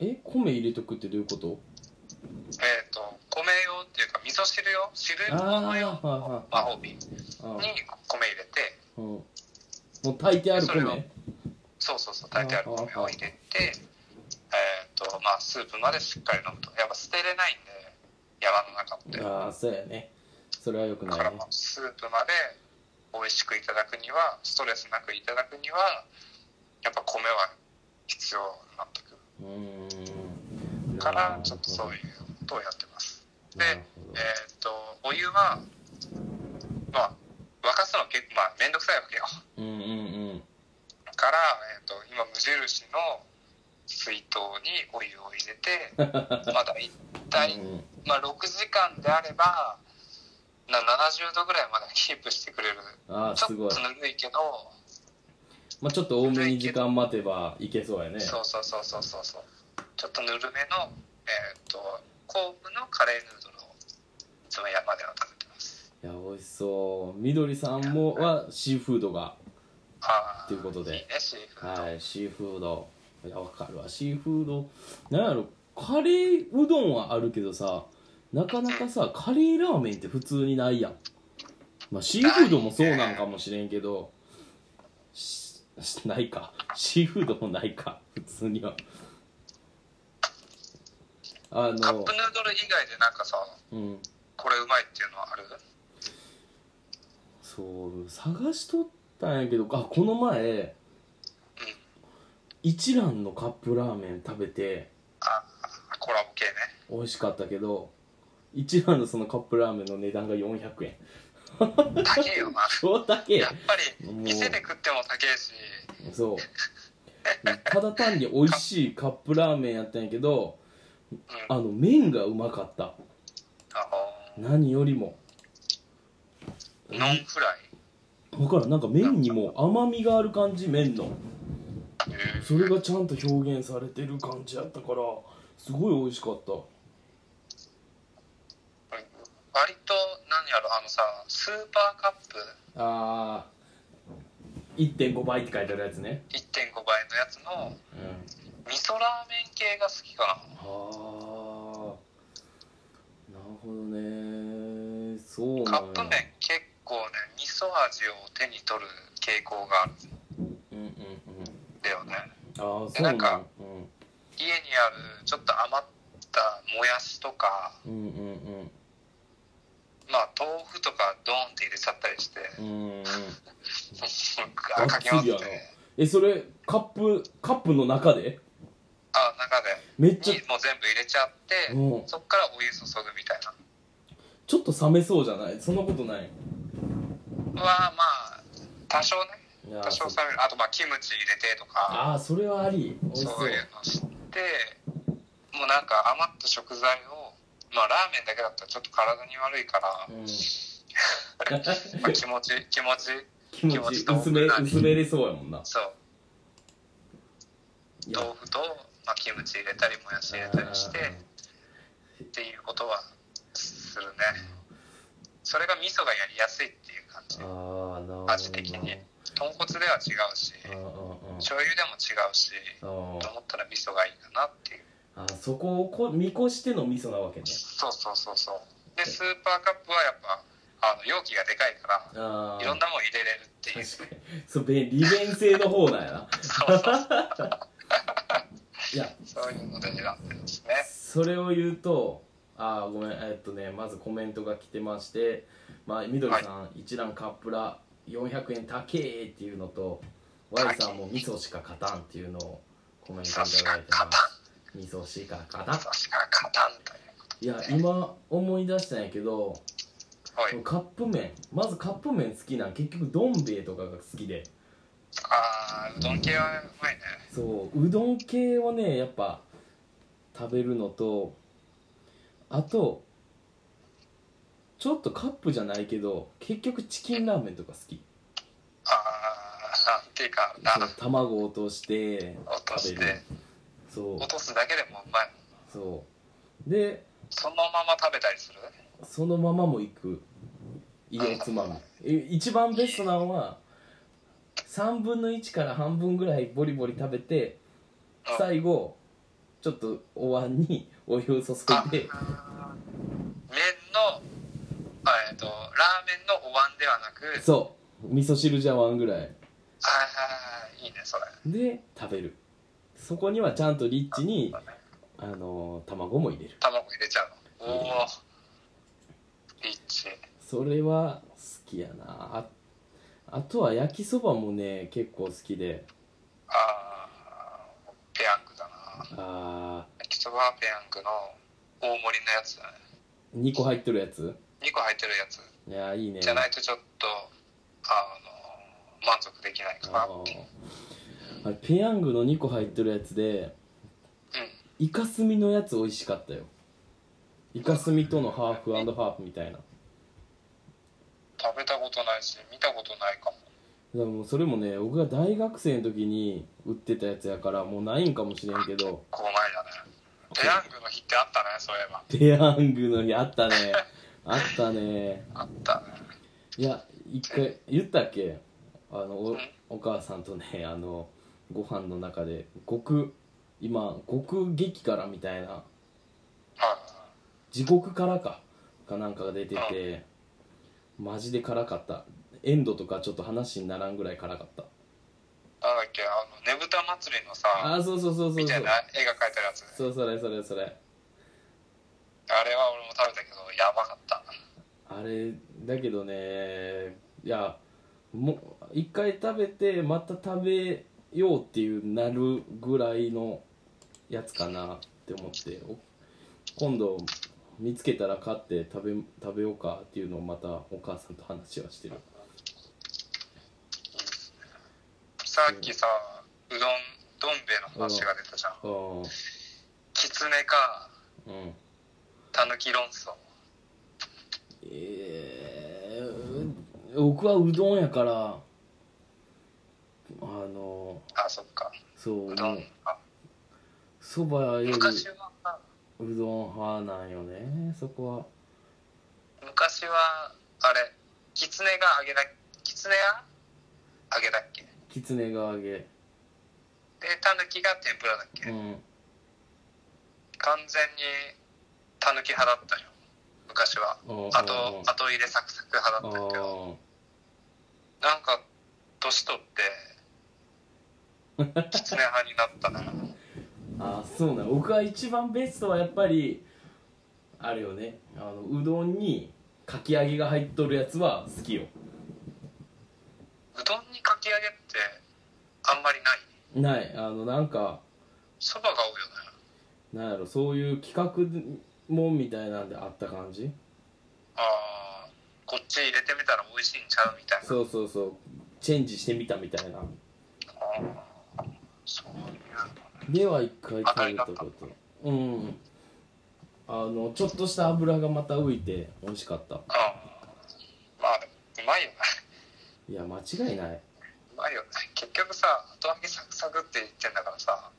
Speaker 2: え米入れとくってどういうこと
Speaker 1: えっ、と米用っていうか味噌汁用汁
Speaker 2: ああ
Speaker 1: 物
Speaker 2: はい
Speaker 1: 用
Speaker 2: は
Speaker 1: 魔法瓶に
Speaker 2: いはい
Speaker 1: 米入れて
Speaker 2: うんもう炊いてある
Speaker 1: それを
Speaker 2: 米
Speaker 1: そうそうそう炊いてある米を入れてえっ、とまあスープまでしっかり飲むとやっぱ捨てれないんで山の中って
Speaker 2: ああそうやねそれはよく
Speaker 1: だ
Speaker 2: な
Speaker 1: から
Speaker 2: いね
Speaker 1: もうスープまで美味しくいただくにはストレスなくいただくにはやっぱ米は必要になってくる
Speaker 2: うーん
Speaker 1: からちょっとそういうことをやってますで
Speaker 2: なるほ
Speaker 1: え
Speaker 2: ど
Speaker 1: っ、とお湯はまあ沸かすの結構まあ面倒くさいわけよ
Speaker 2: うんうんうん
Speaker 1: から、えー、と今無印の水筒にお湯を入れ てまだ一体、
Speaker 2: うん
Speaker 1: まあ、6時間であればな70度ぐらいまでキープしてくれる
Speaker 2: ああ
Speaker 1: ちょ
Speaker 2: す
Speaker 1: っ
Speaker 2: ごい
Speaker 1: と、ぬるいけど
Speaker 2: まあ、ちょっと多めに時間待てばいけそうやね
Speaker 1: そうそうそうそうそうそうちょっとぬるめのえっ、とコープのカレーヌードルをいつも山では食べてます
Speaker 2: いや美味しそうみどりさんもはシーフードが
Speaker 1: ああ
Speaker 2: ということで
Speaker 1: いいねシーフード、
Speaker 2: はいシーフードいやわかるわシーフードなんやろカレーうどんはあるけどさなかなかさカレーラーメンって普通にないやん、まあ、シーフードもそうなんかもしれんけどししないかシーフードもないか普通にはあ
Speaker 1: カッ
Speaker 2: の
Speaker 1: プヌードル以外でなんかさ
Speaker 2: うん
Speaker 1: これうまいっていうのはある
Speaker 2: そう探しとったんやけどあこの前一蘭のカップラーメン食べて
Speaker 1: あコラボ系ね
Speaker 2: 美味しかったけど一蘭のそのカップラーメンの値段が400円
Speaker 1: 高 えよな
Speaker 2: 超高え
Speaker 1: やっぱり
Speaker 2: もう
Speaker 1: 店で食っても高えし
Speaker 2: そうただ単に美味しいカップラーメンやったんやけど
Speaker 1: うん
Speaker 2: あの麺がうまかった
Speaker 1: あ
Speaker 2: 何よりも
Speaker 1: のノンフライ
Speaker 2: 分からんなんか麺にも甘みがある感じ麺の
Speaker 1: えー
Speaker 2: それがちゃんと表現されてる感じやったからすごい美味しかった
Speaker 1: 割と何やろあのさスーパーカップ
Speaker 2: あー1.5倍って書いてあるやつね、
Speaker 1: 1.5倍のやつの
Speaker 2: うん、
Speaker 1: 味噌ラーメン系が好きかな
Speaker 2: あーなるほどねそう
Speaker 1: カ
Speaker 2: な
Speaker 1: ッ
Speaker 2: んや
Speaker 1: プ麺結構ね味噌味を手に取る傾向があるん
Speaker 2: うんうんうん
Speaker 1: だよね
Speaker 2: ああそ
Speaker 1: で
Speaker 2: うな
Speaker 1: なんん
Speaker 2: だ
Speaker 1: か家にあるちょっと余ったもやしとか、
Speaker 2: うんうんうん
Speaker 1: まあ、豆腐とかドーンって入れちゃったりして、
Speaker 2: うんうんうん
Speaker 1: あかき混ぜて
Speaker 2: がっつりやなえそれカップカップの中で
Speaker 1: あ中で
Speaker 2: めっちゃ
Speaker 1: にもう全部入れちゃって、
Speaker 2: うん
Speaker 1: そっからお湯注ぐみたいな
Speaker 2: ちょっと冷めそうじゃないそんなことない
Speaker 1: はまあ多少ね
Speaker 2: いやー
Speaker 1: 多少
Speaker 2: そ
Speaker 1: 冷めるあとまあキムチ入れてとか
Speaker 2: あーそれはあり美味しそ
Speaker 1: そう
Speaker 2: う
Speaker 1: いうのしてもうなんか余った食材をまあラーメンだけだったらちょっと体に悪いから、
Speaker 2: うん
Speaker 1: まあ、気持ち気持ち
Speaker 2: 気持
Speaker 1: 気持
Speaker 2: ち
Speaker 1: ちと
Speaker 2: 薄め
Speaker 1: 何
Speaker 2: 薄めれそうやもんな
Speaker 1: そう
Speaker 2: いや
Speaker 1: 豆腐と、まあ、キムチ入れたりもやし入れたりしてっていうことはするねそれが味噌がやりやすいっていう感じ
Speaker 2: あーあーなるほど
Speaker 1: 味的に豚骨では違うし
Speaker 2: あーあー
Speaker 1: 醤油でも違うし
Speaker 2: あー
Speaker 1: と思ったら味噌がいいかなっていう
Speaker 2: あーそこをこ見越しての味噌なわけね
Speaker 1: そうそうそうそうでスーパーカップはやっぱあの容器がでかいから
Speaker 2: ああ
Speaker 1: いろんなもん入れれるっていう
Speaker 2: 確かにそうべ利便性の方なんやな
Speaker 1: そうそう
Speaker 2: いや
Speaker 1: そういうので選んでますね
Speaker 2: それを言うとあーごめんえっとねまずコメントが来てましてまあみどりさん、一蘭カップラ400円高えっていうのと Y さんも味噌しか勝たんっていうのをコメントいただいてます味噌しか勝たん
Speaker 1: 確か勝たんだよ
Speaker 2: いや今思い出したんやけど
Speaker 1: はい
Speaker 2: カップ麺まずカップ麺好きなん結局どん兵衛とかが好きで
Speaker 1: あーうどん系はうまいね
Speaker 2: そううどん系はねやっぱ食べるのとあとちょっとカップじゃないけど結局チキンラーメンとか好き
Speaker 1: あーっていうかな
Speaker 2: そう卵落として
Speaker 1: 落とし
Speaker 2: 食べる
Speaker 1: て
Speaker 2: そ
Speaker 1: 落とすだけでもうまいう
Speaker 2: そうで
Speaker 1: そのまま食べたりする
Speaker 2: そのままも行く胃をつまむえ一番ベストなのは3分の1から半分ぐらいボリボリ食べて
Speaker 1: うん
Speaker 2: 最後ちょっとお椀に お湯を注
Speaker 1: あ
Speaker 2: いで
Speaker 1: 麺のあえっとラーメンのお椀ではなく
Speaker 2: そう味噌汁茶碗ぐらい
Speaker 1: ああいいねそれ
Speaker 2: で食べるそこにはちゃんとリッチに
Speaker 1: そうだね
Speaker 2: あのー卵も入れる
Speaker 1: 卵入れちゃうのお
Speaker 2: 入れ
Speaker 1: おリッチ
Speaker 2: それは好きやなああとは焼きそばもね結構好きで
Speaker 1: ああペヤングだな
Speaker 2: あ
Speaker 1: 焼きそばはペヤングの大盛りのやつだね
Speaker 2: ー2個入ってるやつ
Speaker 1: 2個入ってるやつ
Speaker 2: いやーいいね
Speaker 1: じゃないとちょっとあの満足できないかな
Speaker 2: あ
Speaker 1: っていう
Speaker 2: ーあれペヤングの2個入ってるやつで
Speaker 1: うん
Speaker 2: イカスミのやつ美味しかったよイカスミとのハーフハーフみたいな
Speaker 1: 食べたことないし見たことないかも
Speaker 2: でもそれもね僕が大学生の時に売ってたやつやからもうないんかもしれんけど
Speaker 1: こう前だねペヤングの日ってあったねそういえば
Speaker 2: ペヤングの日あったねあったね
Speaker 1: あったね
Speaker 2: いや一回言ったっけあのお
Speaker 1: うん
Speaker 2: お母さんとねあのご飯の中で極今極激辛みたいな
Speaker 1: は
Speaker 2: 地獄辛かかなんかが出ててマジで辛かったエンドとかちょっと話にならんぐらい辛かった
Speaker 1: いなんだっけあのねぶた祭りのさ
Speaker 2: ああそうそうそうそう
Speaker 1: み
Speaker 2: そ
Speaker 1: た
Speaker 2: う
Speaker 1: いな絵が描いてるやつね
Speaker 2: そうそれそれそれ
Speaker 1: あれは俺も食べたけどやばかった
Speaker 2: あれだけどねいやもう一回食べてまた食べようっていうなるぐらいのやつかなって思ってお今度見つけたら買って食べ食べようかっていうのをまたお母さんと話はしてる
Speaker 1: さっきさうどんどん兵衛の話が出たじゃん
Speaker 2: あー
Speaker 1: きつねか
Speaker 2: うん
Speaker 1: たぬき論争
Speaker 2: えー、僕はうどんやからあの
Speaker 1: あそっか
Speaker 2: そう
Speaker 1: うどんあ
Speaker 2: そばより
Speaker 1: 昔はさ
Speaker 2: うどん派なんよねそこは
Speaker 1: 昔はあれきつねが揚げだきつねが揚げだっけ
Speaker 2: きつねが揚げ
Speaker 1: でたぬきが天ぷらだっけ、
Speaker 2: うん
Speaker 1: 完全にたぬき派だったよ昔はあとあと入れサクサク
Speaker 2: あ
Speaker 1: 派だったけど
Speaker 2: ー
Speaker 1: なんか年取ってきつね派になったな
Speaker 2: あそうなの僕は一番ベストはやっぱりあれよねあのうどんにかき揚げが入っとるやつは好きよ
Speaker 1: うどんにかき揚げってあんまりな
Speaker 2: な
Speaker 1: い
Speaker 2: いあのなんか
Speaker 1: そばが多いよね
Speaker 2: なんやろそういう企画もんみたいなんであった感じ
Speaker 1: ああこっち入れてみたら美味しいんちゃうみたいな
Speaker 2: そうそうそうチェンジしてみたみたいな
Speaker 1: あーそういう
Speaker 2: では一回食べたことうんあのちょっとした油がまた浮いて美味しかった
Speaker 1: ああまあでもうまいよね
Speaker 2: いや間違いないう
Speaker 1: まいよね結局さ後揚げサクサクって言ってんだからさ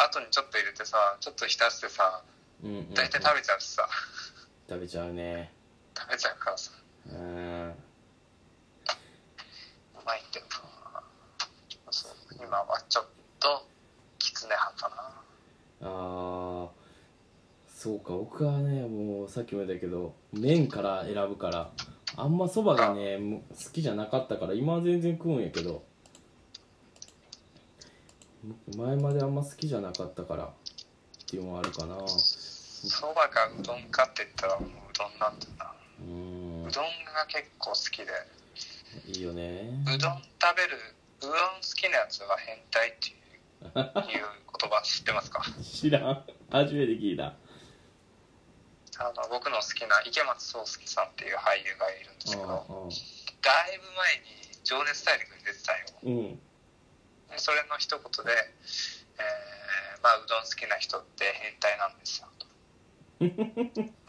Speaker 1: 後にちょっと入れてさちょっと浸してさ
Speaker 2: うん、うん、
Speaker 1: 大体食べちゃうしさ
Speaker 2: 食べちゃうね
Speaker 1: 食べちゃうからさ
Speaker 2: うん
Speaker 1: うまいけどなそう今はちょっときつね派かな
Speaker 2: あーそうか僕はねもうさっきも言ったけど麺から選ぶからあんまそばがねもう好きじゃなかったから今は全然食うんやけど前まであんま好きじゃなかったからっていうのもあるかなう
Speaker 1: そばかうどんかって言ったらもううどんなんだよな
Speaker 2: ーん
Speaker 1: うどんが結構好きで
Speaker 2: いいよね
Speaker 1: うどん食べるうどん好きなやつは変態っていういう言葉知ってますか
Speaker 2: 知らん初めて聞いた
Speaker 1: あの僕の好きな池松壮亮さんっていう俳優がいるんですけど
Speaker 2: う
Speaker 1: だいぶ前に「情熱大陸」に出てたよ
Speaker 2: んうん
Speaker 1: でそれの一言で、えーまあ、うどん好きな人って変態なんですよと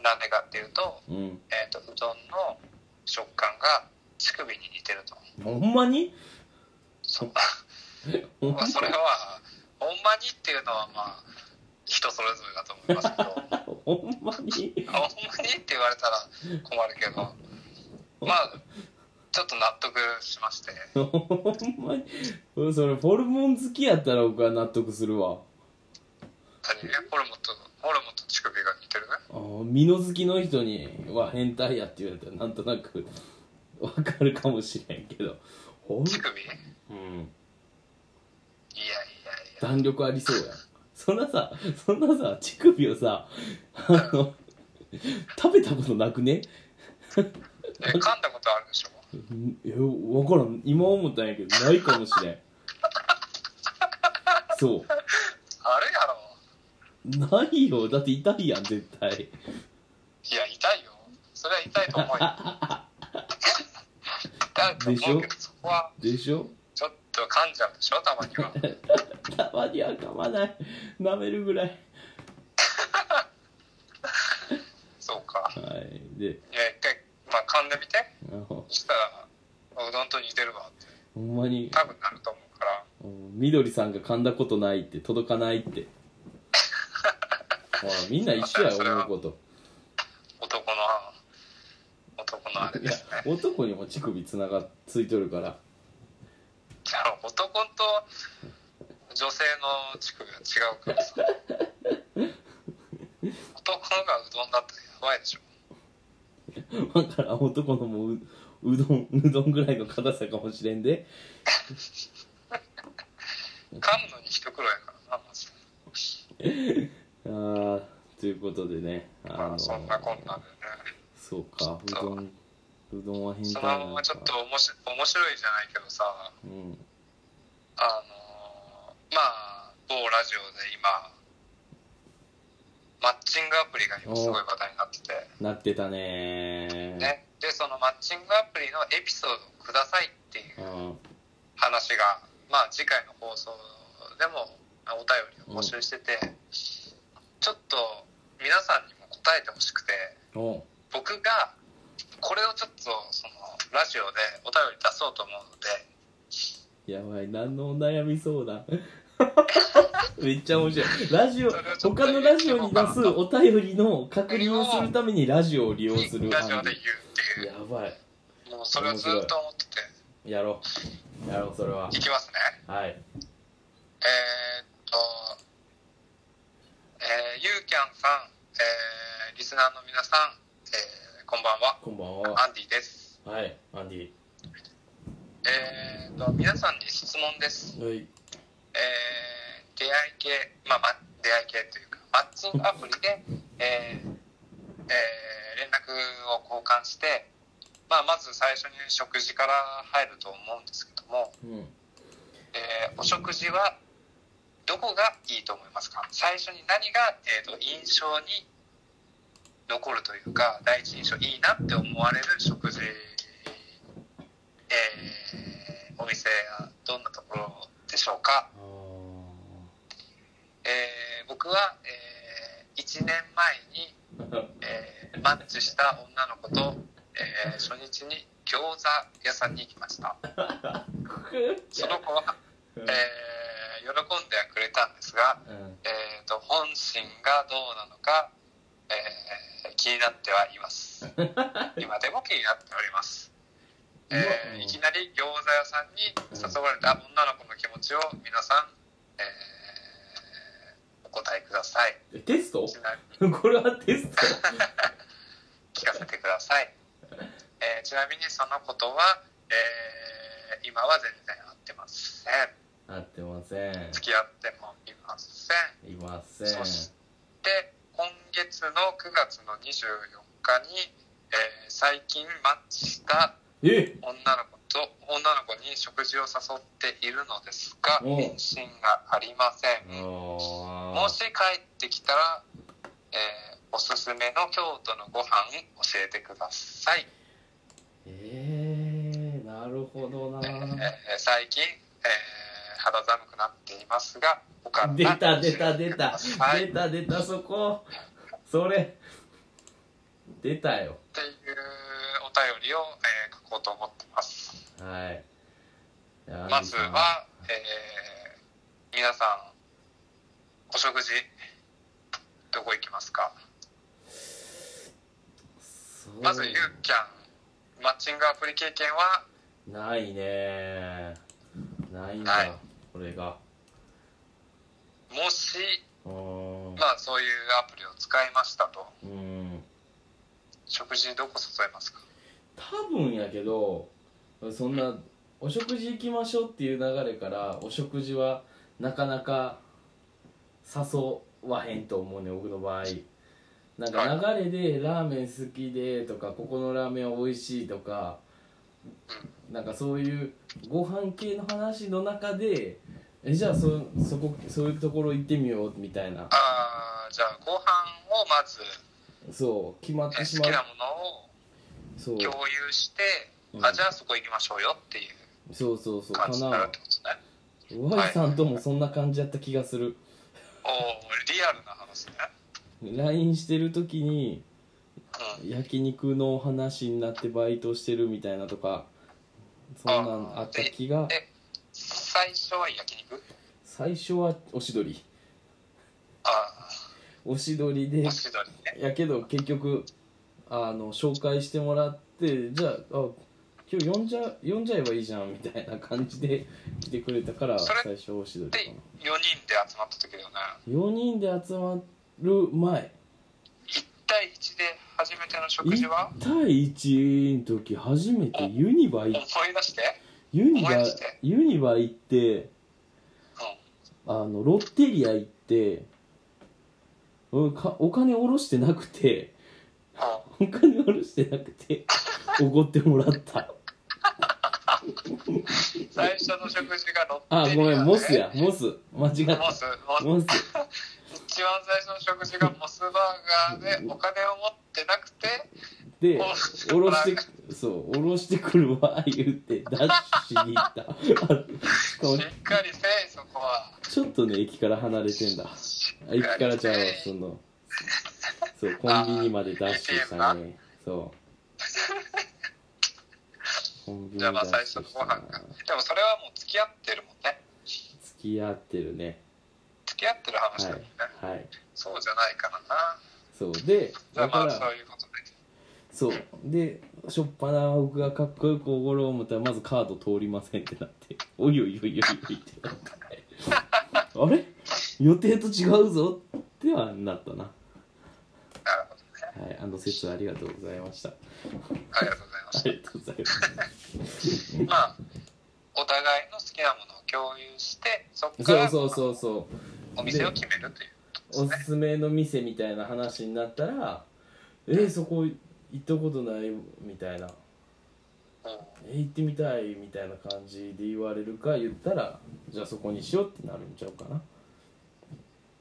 Speaker 1: なんでかっていうと,、
Speaker 2: うん
Speaker 1: えー、とうどんの食感が乳首に似てると
Speaker 2: ほんまに
Speaker 1: そう
Speaker 2: ほん
Speaker 1: まあそれはほんまにっていうのはまあ人それぞれだと思いますけどほん
Speaker 2: ほんまに
Speaker 1: まにって言われたら困るけどまあちょっと納得しまして
Speaker 2: ほんまにうんそれホルモン好きやったら僕は納得するわ
Speaker 1: 何ホルモンとホルモンと乳首が似てるね
Speaker 2: あー美濃好きの人には変態やって言われたらなんとなく わかるかもしれんけどほん、
Speaker 1: 乳首いやい
Speaker 2: うん、
Speaker 1: やいや
Speaker 2: 弾力ありそうやそんなさそんなさ乳首をさあの食べたことなくね
Speaker 1: え噛んだことあるでしょ
Speaker 2: んいや分からん今思ったんやけどないかもしれんそう
Speaker 1: あるやろ
Speaker 2: ないよだって痛いやん絶対
Speaker 1: いや痛いよそれは痛いと 思うよ痛いと思うけどそこは
Speaker 2: でしょ
Speaker 1: ちょっと噛んじゃうでしょたまには
Speaker 2: たまには噛まない舐めるぐらい
Speaker 1: そうか
Speaker 2: はいで
Speaker 1: いや一回、まあ、噛んでみて
Speaker 2: あの
Speaker 1: そしたらうどんと似てるわって
Speaker 2: ほんまに
Speaker 1: 多分なると思うから
Speaker 2: うんみどりさんが噛んだことないって届かないってほらみんな一緒や
Speaker 1: それは
Speaker 2: 思うこと
Speaker 1: 男の男のあれ
Speaker 2: い
Speaker 1: で
Speaker 2: や
Speaker 1: すね
Speaker 2: 男にも乳首つながついとるから
Speaker 1: じゃあ 男と女性の乳首は違うからさ男のがうどんだったらやばいでしょ
Speaker 2: だからん男のもううどんうどんぐらいの硬さかもしれんで
Speaker 1: 噛むのに一苦労やからなまず
Speaker 2: あーということでねあ
Speaker 1: ま
Speaker 2: の
Speaker 1: あそんなこんなでね
Speaker 2: そうかうどんうどんは変
Speaker 1: そ
Speaker 2: 態な
Speaker 1: のま
Speaker 2: の
Speaker 1: ま
Speaker 2: か
Speaker 1: ちょっと面白面白いじゃないけどさ
Speaker 2: うん
Speaker 1: あのーまあ某ラジオで今マッチングアプリが今すごい話題になってて、
Speaker 2: なってたねー
Speaker 1: ね、でそのマッチングアプリのエピソードをくださいっていう
Speaker 2: うん
Speaker 1: 話が、まあ、次回の放送でもあお便りを募集してて、ちょっと皆さんにも答えてほしくて
Speaker 2: お
Speaker 1: 僕がこれをちょっとそのラジオでお便り出そうと思うので。
Speaker 2: やばい何のお悩み相 談めっちゃ面白いラジオ他のラジオに出すお便りの確認をするためにラジオを利用する
Speaker 1: ラジオで言うっていう
Speaker 2: やばい
Speaker 1: もうそれをずっと思ってて
Speaker 2: やろうやろうそれはい
Speaker 1: きますね
Speaker 2: はい
Speaker 1: えー、っとえー、ゆうきゃんさん、えー、リスナーの皆さん、えー、こんばんは
Speaker 2: こんばんは
Speaker 1: アンディです
Speaker 2: はいアンデ
Speaker 1: えー、っと皆さんに質問です
Speaker 2: ィはい
Speaker 1: え出会い系、まあ、ま出会い系というか、マッチングアプリで、えーえー連絡を交換して、まあ、まず最初に食事から入ると思うんですけども、
Speaker 2: うん
Speaker 1: えーお食事はどこがいいと思いますか最初に何が、えー、と印象に残るというか第一印象いいなって思われる食事、えーお店やどんなところでしょうか、
Speaker 2: あー
Speaker 1: えー僕は、え1年前に、 えーマッチした女の子と、えー初日に餃子屋さんに行きましたその子は
Speaker 2: うん
Speaker 1: えー喜んではくれたんですが、
Speaker 2: うん
Speaker 1: えー、と本心がどうなのか、えー気になってはいます 今でも気になっております、えーいきなり餃子屋さんに誘われた女の子の気持ちを皆さん、えーお答えください
Speaker 2: えテスト
Speaker 1: ちなみに
Speaker 2: これはテス ト
Speaker 1: 聞かせてください、えーちなみにそのことは、えー今は全然合ってません
Speaker 2: 合ってません
Speaker 1: 付き合ってもいません
Speaker 2: いません
Speaker 1: そして今月の9月の24日に、えー最近マッチした
Speaker 2: え
Speaker 1: 女の子と女の子に食事を誘っているのですが
Speaker 2: おう
Speaker 1: 返信がありません
Speaker 2: あ
Speaker 1: もし帰ってきたら、えーおすすめの京都のご飯教えてください、
Speaker 2: えー、なるほど な
Speaker 1: えー最近、えー肌寒くなっていますがお体
Speaker 2: 出た出た出
Speaker 1: 気を
Speaker 2: た
Speaker 1: つけてください
Speaker 2: 出た出たそこそれ出たよ
Speaker 1: っていうお便りを、えー書こうと思ってます
Speaker 2: はいいや
Speaker 1: まずは、えー皆さんお食事どこ行きますか
Speaker 2: そう
Speaker 1: まずゆうきゃんマッチングアプリ経験は
Speaker 2: ないねないん
Speaker 1: はい
Speaker 2: だこれが
Speaker 1: もし
Speaker 2: うーん
Speaker 1: まあそういうアプリを使いましたと
Speaker 2: うん
Speaker 1: 食事どこ誘いますか
Speaker 2: 多分やけどそんなお食事行きましょうっていう流れからお食事はなかなか誘わへんと思うね僕の場合なんか流れでラーメン好きでとかここのラーメン美味しいとかなんかそういうご飯系の話の中でえじゃあそそこそういうところ行ってみようみたいな
Speaker 1: あーじゃあご飯をまず、
Speaker 2: そう決まっ
Speaker 1: え
Speaker 2: てし
Speaker 1: 好
Speaker 2: ま
Speaker 1: き
Speaker 2: う
Speaker 1: なもの
Speaker 2: そう
Speaker 1: を共有して、
Speaker 2: うん
Speaker 1: あじゃあそこ行きましょうよっていう
Speaker 2: そうそうそうか
Speaker 1: 感じになる
Speaker 2: な
Speaker 1: ってことですね
Speaker 2: ワイさんともそんな感じやった気がする
Speaker 1: おおリアルな話ね
Speaker 2: LINE してる時に
Speaker 1: うん
Speaker 2: 焼肉の話になってバイトしてるみたいなとかそんなんあった気が
Speaker 1: え最初は焼肉
Speaker 2: 最初はおしどり
Speaker 1: あ
Speaker 2: おしどり
Speaker 1: あ
Speaker 2: で
Speaker 1: おしどりね
Speaker 2: やけど結局あの紹介してもらってじゃああ今日呼んじゃ呼んじゃえばいいじゃんみたいな感じで 来てくれたから
Speaker 1: それ
Speaker 2: 最初おしどりか
Speaker 1: で
Speaker 2: な
Speaker 1: 4人で集まった時だよね
Speaker 2: 4人で集まる前
Speaker 1: 1対1で初めての食事
Speaker 2: 1
Speaker 1: は
Speaker 2: 対1の時初めてユニバ
Speaker 1: 思
Speaker 2: 行っ
Speaker 1: い出して、
Speaker 2: ユニ
Speaker 1: 思い
Speaker 2: バ
Speaker 1: 出して
Speaker 2: ユニバ行ってあのロッテリア行ってうんかお金下ろしてなくて
Speaker 1: うんうん
Speaker 2: お金下ろしてなくておごってもらった
Speaker 1: 最初の食事がロッ
Speaker 2: あ
Speaker 1: テリ
Speaker 2: ご
Speaker 1: アで
Speaker 2: めんモスやモス間違った
Speaker 1: モス
Speaker 2: モ
Speaker 1: モス
Speaker 2: ス
Speaker 1: 一番最初の食事がモスバーガーでお金を持ってなくて
Speaker 2: で
Speaker 1: お
Speaker 2: 下ろしてそう下ろしてくるわ言ってダッシュしに行ったしか
Speaker 1: し
Speaker 2: も
Speaker 1: っかりせえそこは
Speaker 2: ちょっとね駅から離れてんだ
Speaker 1: しっ
Speaker 2: あ駅からじゃあ
Speaker 1: せえ
Speaker 2: そのそうコンビニまでダッシュしたね そうコンビニ
Speaker 1: じゃあまあ
Speaker 2: ダ
Speaker 1: 最
Speaker 2: ッ
Speaker 1: 初
Speaker 2: シ
Speaker 1: の
Speaker 2: ュし
Speaker 1: ご
Speaker 2: た
Speaker 1: 飯
Speaker 2: な
Speaker 1: がでもそれはもう付き合ってるもんね
Speaker 2: 付き合ってるね
Speaker 1: 付き合ってる話
Speaker 2: は
Speaker 1: だもんね、
Speaker 2: いはい
Speaker 1: そうじゃないからな
Speaker 2: そうで
Speaker 1: じゃ
Speaker 2: だ
Speaker 1: あま
Speaker 2: か
Speaker 1: あそう
Speaker 2: ら
Speaker 1: いうことで
Speaker 2: そうでしょっぱな僕がかっこよくおごろう思ったらまずカード通りませんってなって おいおいおいおいおいってなって あれ予定と違うぞってはなったな
Speaker 1: なるほどね
Speaker 2: はいあの説はありがとうございましたあ
Speaker 1: ありがとうございました
Speaker 2: りがとうございます
Speaker 1: まあ、お互いの好きなものを共有して、そこか
Speaker 2: そうそ
Speaker 1: ら
Speaker 2: うそうそう
Speaker 1: お店を決めるということ
Speaker 2: お
Speaker 1: です
Speaker 2: すす
Speaker 1: ね。
Speaker 2: めの店みたいな話になったらえー、そこ行ったことないみたいな
Speaker 1: うん
Speaker 2: えー行ってみたいみたいな感じで言われるか言ったらじゃあそこにしようってなるんちゃうかなっ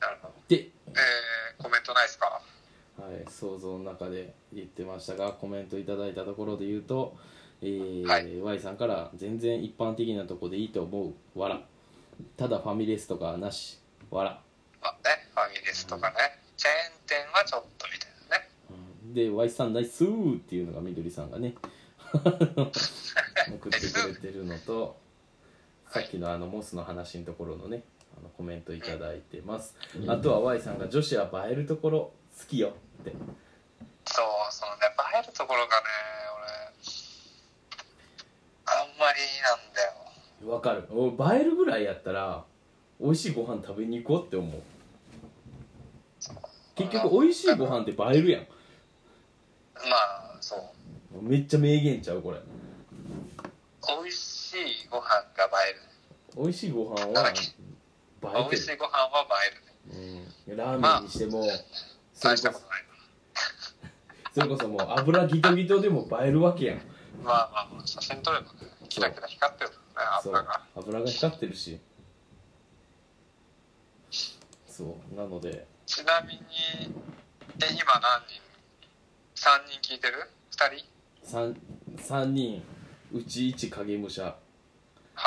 Speaker 1: なるほど。
Speaker 2: て、
Speaker 1: えー、コメントないですか
Speaker 2: はい、想像の中で言ってましたがコメントいただいたところで言うと、えー
Speaker 1: はい
Speaker 2: Y さんから「全然一般的なとこでいいと思う」「わら」「ただファミレスとかはなし」「わら
Speaker 1: まあね、ファミレスとかね、チェーン店はちょっとみたいなね。」
Speaker 2: うんで「Y さんナイスー」っていうのがみどりさんがね送ってくれてるのとさっきのあのモスの話のところのねあのコメントいただいてますあとは Y さんが「女子は映えるところ好きよ」って
Speaker 1: そう、そのね、映えるところがね、俺、あんまりなんだよ。
Speaker 2: わかる俺映えるぐらいやったら美味しいご飯食べに行こうって思う結局美味しいご飯って映えるやん
Speaker 1: まあ、そう。
Speaker 2: めっちゃ名言ちゃうこれ
Speaker 1: 美味しいご飯が映える。
Speaker 2: 美味しいご飯は映え
Speaker 1: 美
Speaker 2: て
Speaker 1: 味しいご飯は映えるね。
Speaker 2: る、うん、ラーメンにしても、それ
Speaker 1: 大
Speaker 2: こ
Speaker 1: した
Speaker 2: そ
Speaker 1: ことない。
Speaker 2: それこそもう油ギトギトでも映えるわけやん
Speaker 1: まあまあまあ、写真撮ればね、キラキラ光ってるからね、
Speaker 2: そ
Speaker 1: 油
Speaker 2: う
Speaker 1: が。
Speaker 2: 油が光ってるしそうなので
Speaker 1: ちなみに、え、今何人 ?3 人聞いてる ?2 人
Speaker 2: 3, 三人うち1影武者
Speaker 1: は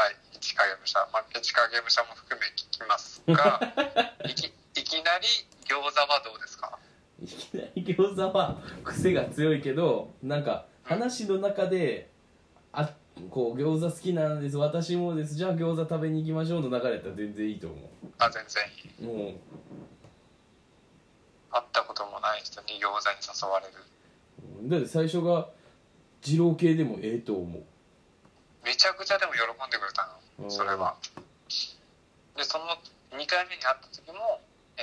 Speaker 1: い、一影武者、まあ、一影武者も含め聞きます が、いきいきなり餃子はどうですか
Speaker 2: いきなり餃子は癖が強いけどなんか話の中で「あこう餃子好きなんです私もですじゃあ餃子食べに行きましょう」の流れやったら全然いいと思
Speaker 1: あ、全然いい。
Speaker 2: うも
Speaker 1: 会ったこともない人に餃子に誘われる。
Speaker 2: うだって最初が二郎系でもええと思う
Speaker 1: めちゃくちゃでも喜んでくれた
Speaker 2: うん
Speaker 1: の、それは。で、その2回目に会った時も、え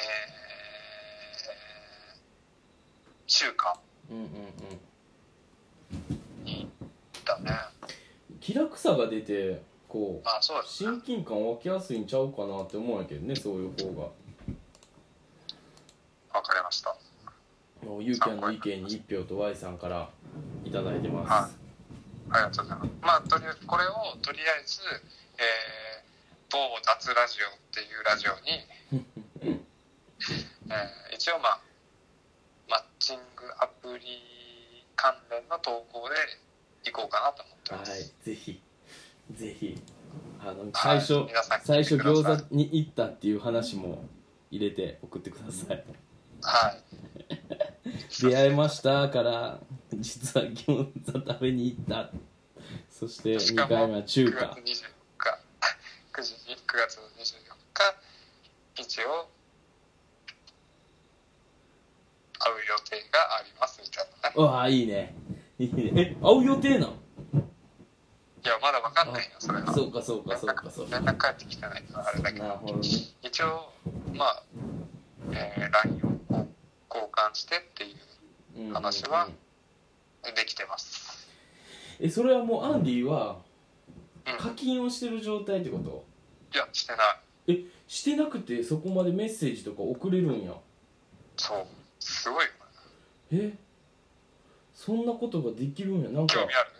Speaker 1: ー、中華
Speaker 2: うんうんうん
Speaker 1: に行ったね。
Speaker 2: 気楽さが出てこう
Speaker 1: まあそうですね。
Speaker 2: 親近感湧きやすいんちゃうかなって思うんやけどねそういう方が
Speaker 1: わかりました。
Speaker 2: もうゆうきゃんの意見に1票と Y さんからいただいてます、
Speaker 1: はいありがとうございます。まあ、とりあえず、これをとりあえず、えー、某雑ラジオっていうラジオに、 えー一応まあ、マッチングアプリ関連の投稿で行こうかなと思って
Speaker 2: は
Speaker 1: ます。
Speaker 2: い、ぜひ、ぜひ、あの、
Speaker 1: は
Speaker 2: 最
Speaker 1: い
Speaker 2: 初、
Speaker 1: 皆さん聞
Speaker 2: 最
Speaker 1: い
Speaker 2: 初
Speaker 1: てください
Speaker 2: 餃子に行ったっていう話も入れて送ってください。
Speaker 1: はい。
Speaker 2: 出会えましたから、実は餃子食べに行った。そして、
Speaker 1: し
Speaker 2: 2
Speaker 1: かも
Speaker 2: 回目は中
Speaker 1: 9
Speaker 2: 華
Speaker 1: 月。24日、9時に、9月24日、一応、会う予定がありますみたいなね。
Speaker 2: うわあ、いいね。いいね。え、会う予定なの
Speaker 1: いや、まだわかんないよ、それは。
Speaker 2: そうか、そうか、
Speaker 1: 連
Speaker 2: そう
Speaker 1: 絡
Speaker 2: か、そうか。
Speaker 1: 連絡返ってきてないからあれだけど
Speaker 2: なるほどね。
Speaker 1: 一応まあ、えー LINE を交換してっていう
Speaker 2: うんうんうん
Speaker 1: 話はできてます
Speaker 2: え、それはもうアンディは
Speaker 1: うん
Speaker 2: 課金をしてる状態ってこと
Speaker 1: いやしてない
Speaker 2: してなくてそこまでメッセージとか送れるんや。
Speaker 1: そうすごいよね
Speaker 2: えそんなことができるんやなんか
Speaker 1: 興味ある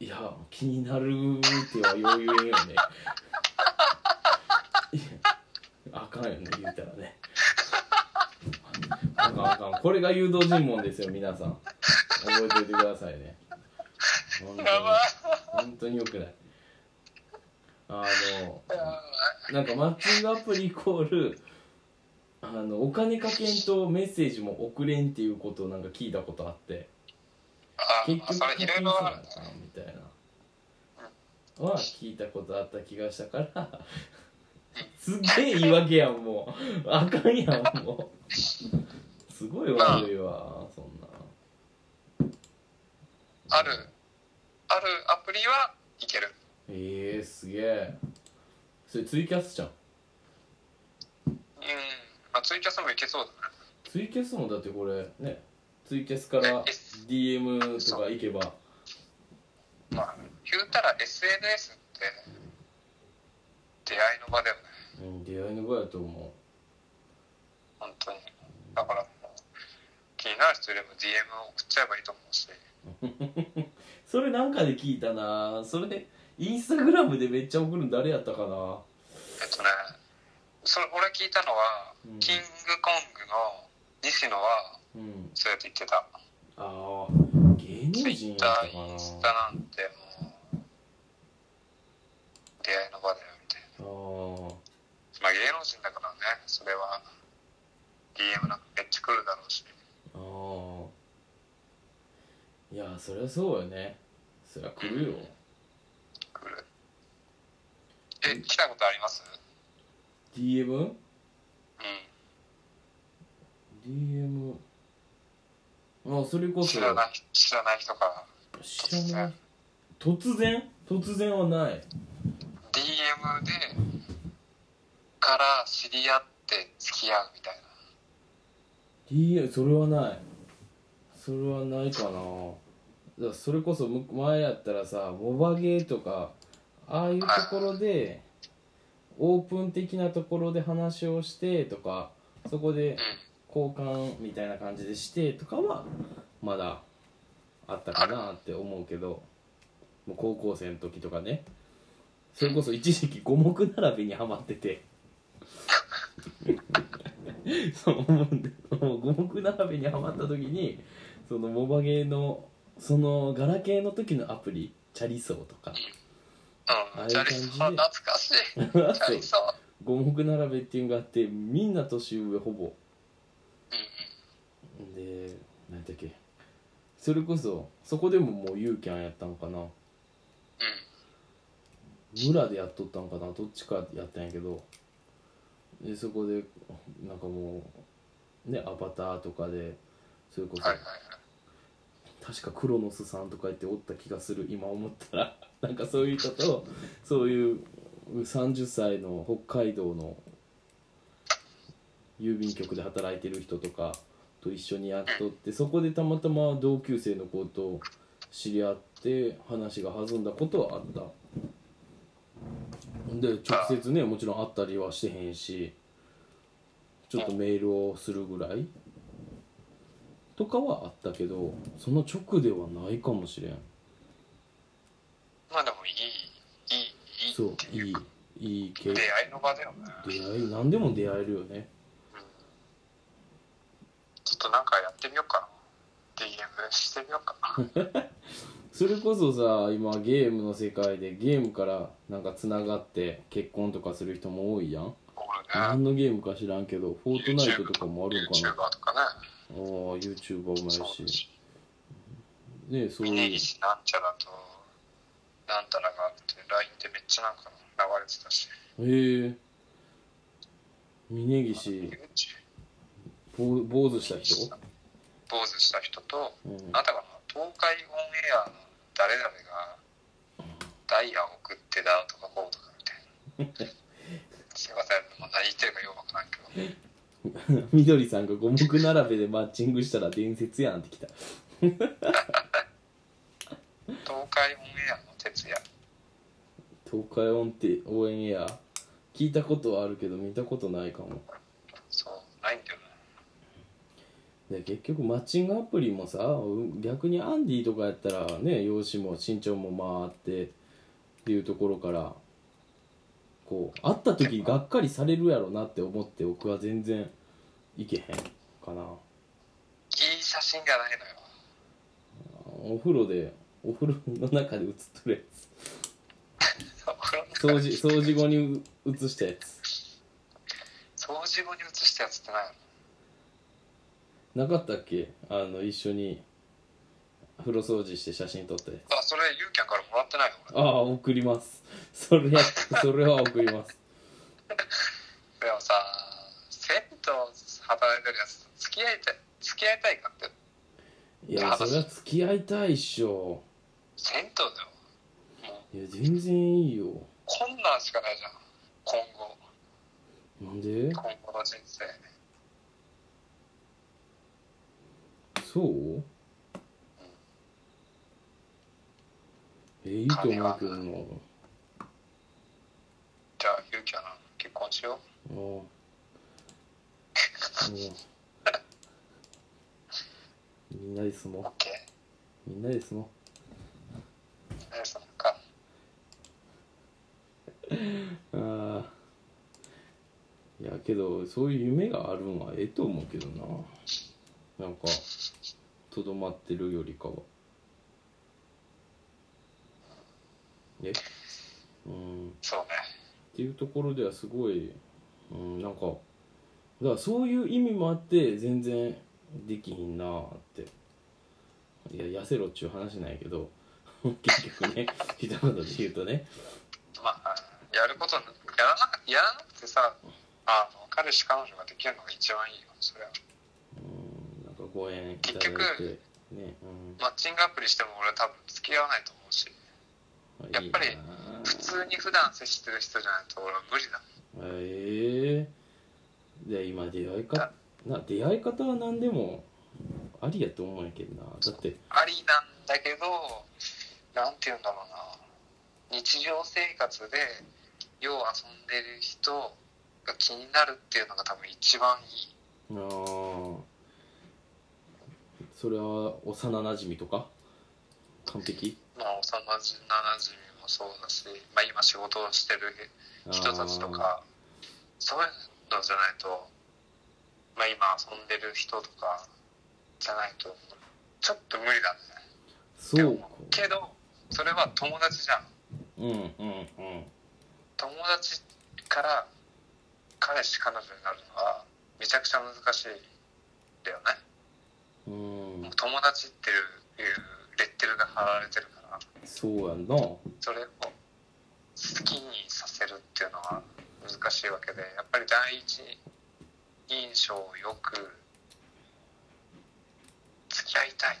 Speaker 2: いや気になるってはよう言えんよねいやあかんよね言うたらねあかんあかんこれが誘導尋問ですよ皆さん覚えておいてくださいね本当に
Speaker 1: やばい
Speaker 2: 本当によくないあの
Speaker 1: やばい
Speaker 2: なんかマッチングアプリイコールあのお金かけんとメッセージも送れんっていうことをなんか聞いたことあって
Speaker 1: あー
Speaker 2: 結局
Speaker 1: それいろいろある
Speaker 2: なみたいなは聞いたことあった気がしたからすっげえ言い訳やんもうあかんやんもうすごい悪いわそんな
Speaker 1: あるあるアプリはいける
Speaker 2: ええすげえそれツイキャスじゃん
Speaker 1: うんまあツイキャスもいけそうだね
Speaker 2: ツイキャスもだってこれねツイキャスから DM とか行けば
Speaker 1: まあ言うたら SNS って出会いの場だよね
Speaker 2: うん出会いの場やと思う
Speaker 1: 本当にだからもう気になる人いれば DM を送っちゃえばいいと思うし
Speaker 2: それなんかで聞いたなそれでインスタグラムでめっちゃ送るの誰やったかな
Speaker 1: えっとねそれ俺聞いたのは、
Speaker 2: うん
Speaker 1: キングコングの西野は
Speaker 2: うん
Speaker 1: そうやって言ってた
Speaker 2: ああ芸能人やったか
Speaker 1: Twitter インスタ
Speaker 2: なあ
Speaker 1: なんてもう出会いの場だよみたいな
Speaker 2: あー
Speaker 1: まあ芸能人だからねそれは DM なんかめっちゃ来るだろうし
Speaker 2: あーいやそりゃそうよねそりゃ来るよ
Speaker 1: 来るえ来たことあります
Speaker 2: DM?DM
Speaker 1: う
Speaker 2: DM あそれこ
Speaker 1: ん
Speaker 2: そ
Speaker 1: 知らない知らない人から
Speaker 2: 知らない突然突然はない
Speaker 1: DM でから知り合って付き合うみたいな
Speaker 2: DM それはないそれはないかなだからそれこそむ前やったらさモバゲーとかああいうところでオープン的なところで話をしてとかそこで
Speaker 1: うん
Speaker 2: 交換みたいな感じでしてとかはまだあったかなって思うけどもう高校生の時とかねそれこそ一時期五目並びにはまってて そう思うんでもう五目並びにはまった時にそのモバゲーのそのガラケーの時のアプリチャリソーとかああ
Speaker 1: う
Speaker 2: い
Speaker 1: ん
Speaker 2: う
Speaker 1: チャリソー懐
Speaker 2: 感
Speaker 1: かしいチ
Speaker 2: そう
Speaker 1: ャリソー
Speaker 2: 五目並べっていうのがあってみんな年上ほぼ
Speaker 1: うん
Speaker 2: で何だっけそれこそそこでももうユーキャンやったんかな
Speaker 1: うん
Speaker 2: 村でやっとったんかなどっちかやったんやけどでそこでなんかもうねアバターとかでそれこそ、
Speaker 1: はいはい
Speaker 2: 確かクロノスさんとか言っておった気がする今思ったら なんかそういう人とそういう30歳の北海道の郵便局で働いてる人とかと一緒にやっとってそこでたまたま同級生の子と知り合って話が弾んだことはあったで直接ねもちろん会ったりはしてへんしちょっとメールをするぐらいとかはあったけどその直ではないかもしれん
Speaker 1: まあでもいいいいいい
Speaker 2: そ
Speaker 1: って
Speaker 2: う
Speaker 1: い
Speaker 2: いうい
Speaker 1: か
Speaker 2: いい経
Speaker 1: 出
Speaker 2: 験
Speaker 1: 会いの場だよね
Speaker 2: 出会い何でも出会えるよね
Speaker 1: ちょっとなんかやってみようかな DM してみようかな
Speaker 2: それこそさ今ゲームの世界でゲームからなんかつながって結婚とかする人も多いやん
Speaker 1: 俺ね
Speaker 2: 何のゲームか知らんけどフォートナイトとかもあるんかな
Speaker 1: YouTuber とかね
Speaker 2: ああ YouTuber もや
Speaker 1: そうだ
Speaker 2: し
Speaker 1: し
Speaker 2: ねそう
Speaker 1: 峯
Speaker 2: いう
Speaker 1: 岸なんちゃらとなんたらがあって LINE でめっちゃなんか流れてたし
Speaker 2: へえ峯岸
Speaker 1: YouTube
Speaker 2: ぼ坊主した人
Speaker 1: 坊主した人と
Speaker 2: うん
Speaker 1: あなたが東海オンエアの誰々がダイヤを送ってだとかこうとかみたいなすいませんもう何言ってるかよくわからんけど
Speaker 2: みどりさんが五目並べでマッチングしたら伝説やんってきた
Speaker 1: 東海オンエアの哲也
Speaker 2: 東海オンって応援エア聞いたことはあるけど見たことないかも
Speaker 1: そうないんだよね
Speaker 2: で結局マッチングアプリもさうん逆にアンディとかやったらね容姿も身長も回ってっていうところからこう会った時がっかりされるやろなって思って僕は全然いけへんかない
Speaker 1: い写真がないのよ
Speaker 2: お風呂でお風呂の中で写っとる やつ掃除掃除後に写したやつ
Speaker 1: 掃除後に写したやつってないの
Speaker 2: なかったっけあの一緒に風呂掃除して写真撮ったやつ
Speaker 1: あそれユーキャンからもらってないの
Speaker 2: ああ送りますそれ やそれは送ります
Speaker 1: 俺でもさ銭湯働いてるやつと付き合いたい付き合いたいかって
Speaker 2: いやそれは付き合いたいっしょ
Speaker 1: 銭湯だよもう
Speaker 2: いや全然いいよ
Speaker 1: こんなんしかないじゃん今後
Speaker 2: なんで
Speaker 1: 今後の人生
Speaker 2: そうえいいと思うけどな
Speaker 1: じゃあユーキャン結婚しよう
Speaker 2: ああみんなで住も
Speaker 1: OK。
Speaker 2: うみんなで住も
Speaker 1: 何そのか。
Speaker 2: うああいやけどそういう夢があるんはええと思うけどななんかとどまってるよりかはえうん
Speaker 1: そうね。
Speaker 2: っていうところではすごい、うん、なんかだからそういう意味もあって全然できひんなーっていや痩せろっちゅう話なんやけど 結局ね ひと言で言うとね
Speaker 1: まあ、やること、やらなくやらなくてさ、あの、彼氏彼女ができるのが一番いいよ、それは。
Speaker 2: うんなんかご縁いただいてね
Speaker 1: マッチングアプリしても俺は多分付き合わないと思うし、
Speaker 2: うん
Speaker 1: やっぱり
Speaker 2: いいなー
Speaker 1: 普通に普段接してる人じゃないと俺は無理だ。
Speaker 2: ええで今出会いかな出会い方は何でもありやと思うんやけどなだって
Speaker 1: ありなんだけど、なんて言うんだろうな、日常生活で、よう遊んでる人が気になるっていうのが多分一番いい。
Speaker 2: あーそれは幼なじみとか完璧
Speaker 1: まあ、幼なじみもそうだし、まあ今仕事をしてる人たちとかそういうのじゃないと、まあ、今遊んでる人とかじゃないとちょっと無理だね
Speaker 2: あーそうか
Speaker 1: けどそれは友達じゃん
Speaker 2: うんうんうん
Speaker 1: 友達から彼氏彼女になるのはめちゃくちゃ難しいんだよね
Speaker 2: うん
Speaker 1: もう友達っていうレッテルが貼られてるから
Speaker 2: そうやんなう
Speaker 1: それを好きにさせるっていうのは難しいわけでやっぱり第一印象をよく付き合いたい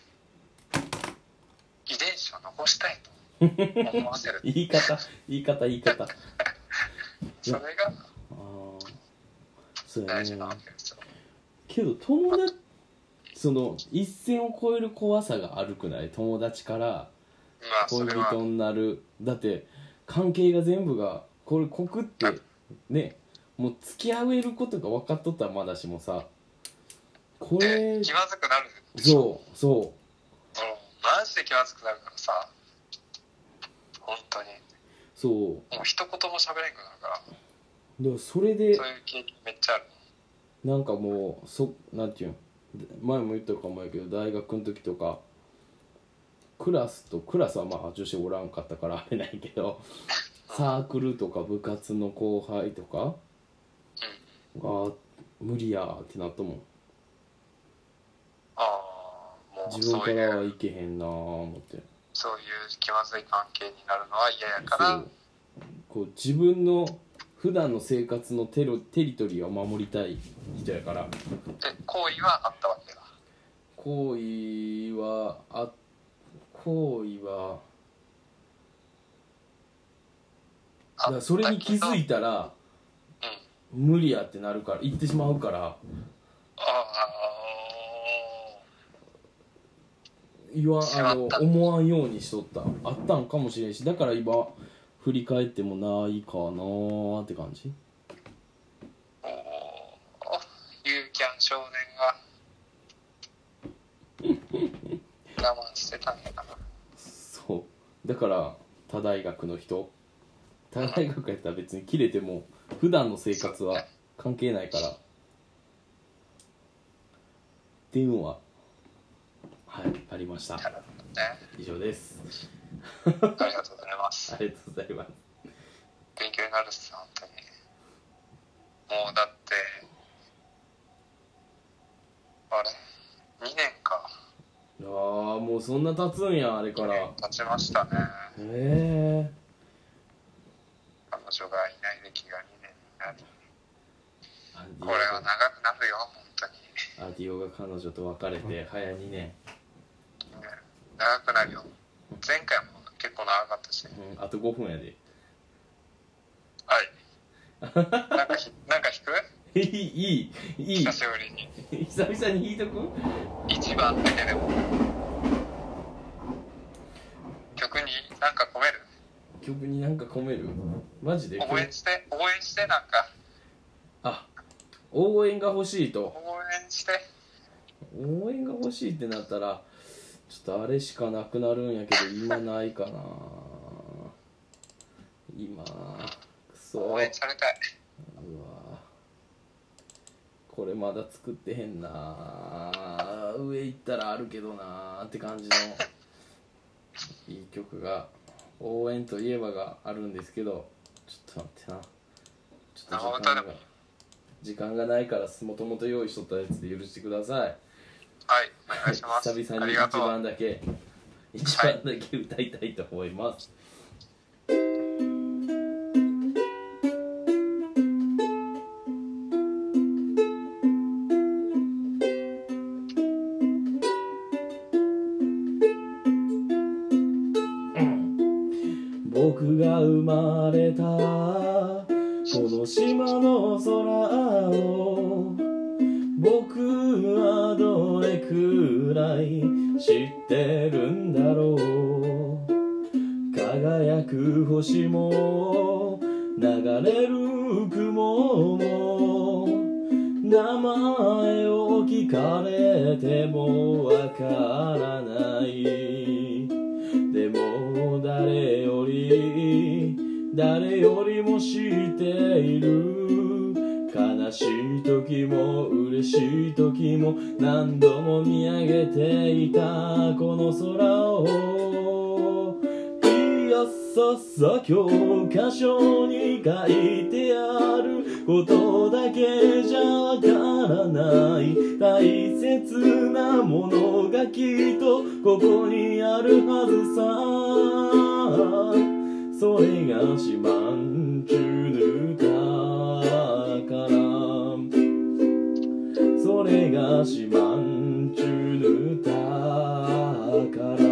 Speaker 1: 遺伝子を残したいと思わ せる
Speaker 2: 言い方言い方言い方あ
Speaker 1: それが
Speaker 2: あそうや
Speaker 1: 大事
Speaker 2: ね
Speaker 1: なわけですよ
Speaker 2: けど友達その一線を越える怖さがあるくない友達から
Speaker 1: まあそ
Speaker 2: 恋
Speaker 1: れは
Speaker 2: 人になるだって関係が全部がこれ告ってねもう付き合えることが分かっとったらまだしもさこ
Speaker 1: で
Speaker 2: れ
Speaker 1: 気まずくなる
Speaker 2: そうそ
Speaker 1: 俺もマジで気まずくなるからさ本当に
Speaker 2: うそ
Speaker 1: もう一言も喋れんくなるから
Speaker 2: うでもそれで
Speaker 1: そういう経験めっちゃある
Speaker 2: なんかもうそなんていうん前も言ったかもやけど大学の時とかクラスとクラスはまあ女子おらんかったからあれないけどサークルとか部活の後輩とかあ無理やーってなったもん
Speaker 1: ああもう
Speaker 2: 自分
Speaker 1: そう
Speaker 2: か
Speaker 1: いう
Speaker 2: らはいけへんなー思って
Speaker 1: そういう気まずい関係になるのは嫌やから、
Speaker 2: そうこう自分の普段の生活のテロテリトリーを守りたい人やから
Speaker 1: で行為はあったわけだ。
Speaker 2: 行為はあ行為はだからそれに気づい
Speaker 1: て。
Speaker 2: たら
Speaker 1: うん。
Speaker 2: 無理やってなるから行ってしまうから
Speaker 1: ああ、
Speaker 2: 言わん
Speaker 1: しま
Speaker 2: あ
Speaker 1: っ
Speaker 2: の
Speaker 1: た
Speaker 2: 思わんようにしとったあったんかもしれんしだから今振り返ってもないかなーって感じ
Speaker 1: おお。ユーキャン少 年が我慢してたんやな。
Speaker 2: そうだから他大学の人他大学やったら別に切れても普段の生活は関係ないからっていうのははいありました
Speaker 1: なるほどね。
Speaker 2: 以上です
Speaker 1: ありがとうございます
Speaker 2: あ。りがとうございます
Speaker 1: 勉強になるっす本当にもうだってあれ2年か
Speaker 2: あーもうそんな経つんやあれからへ
Speaker 1: 経ちましたね
Speaker 2: え
Speaker 1: 彼女がいない歴が2年になり
Speaker 2: アディオ
Speaker 1: これは
Speaker 2: が
Speaker 1: 長くなるよ本当に
Speaker 2: アディオが彼女と別れて早2年、
Speaker 1: 長くなるよ前回も結構長かったし
Speaker 2: うん、あと5分やで
Speaker 1: はい なんかひなんか引く
Speaker 2: いいいいい
Speaker 1: 久しぶりに
Speaker 2: い久々に引いとく
Speaker 1: 一番だけでも曲になんか込める
Speaker 2: 曲になんか込めるマジで
Speaker 1: 応援して応援してなんか
Speaker 2: あ応援が欲しいと
Speaker 1: 応援して
Speaker 2: 応援が欲しいってなったらちょっとあれしかなくなるんやけど今ないかな今くそう
Speaker 1: 応
Speaker 2: わ
Speaker 1: 援されたい
Speaker 2: これまだ作ってへんな上行ったらあるけどなって感じのいい曲が応援といえばがあるんですけどちょっと待ってなちょっと時間
Speaker 1: 生歌
Speaker 2: が
Speaker 1: でも
Speaker 2: 時間がないからもともと用意しとったやつで許してください
Speaker 1: はいお願いします
Speaker 2: 久々
Speaker 1: あ
Speaker 2: に
Speaker 1: り
Speaker 2: 一
Speaker 1: がとう
Speaker 2: 番だけ一番だけ歌いたいと思います、僕が生まれたこの島の空を僕はどれくらい知ってるんだろう輝く星も流れる雲も名前を聞かれてもわからないでも誰より誰よりも知っている悲しい時も嬉しい時も何度も見上げていたこの空をいやさっさ教科書に書いてあることだけじゃわからない大切なものがきっとここにあるはずさそれがシマンチュヌだからそれがシマンチュヌだから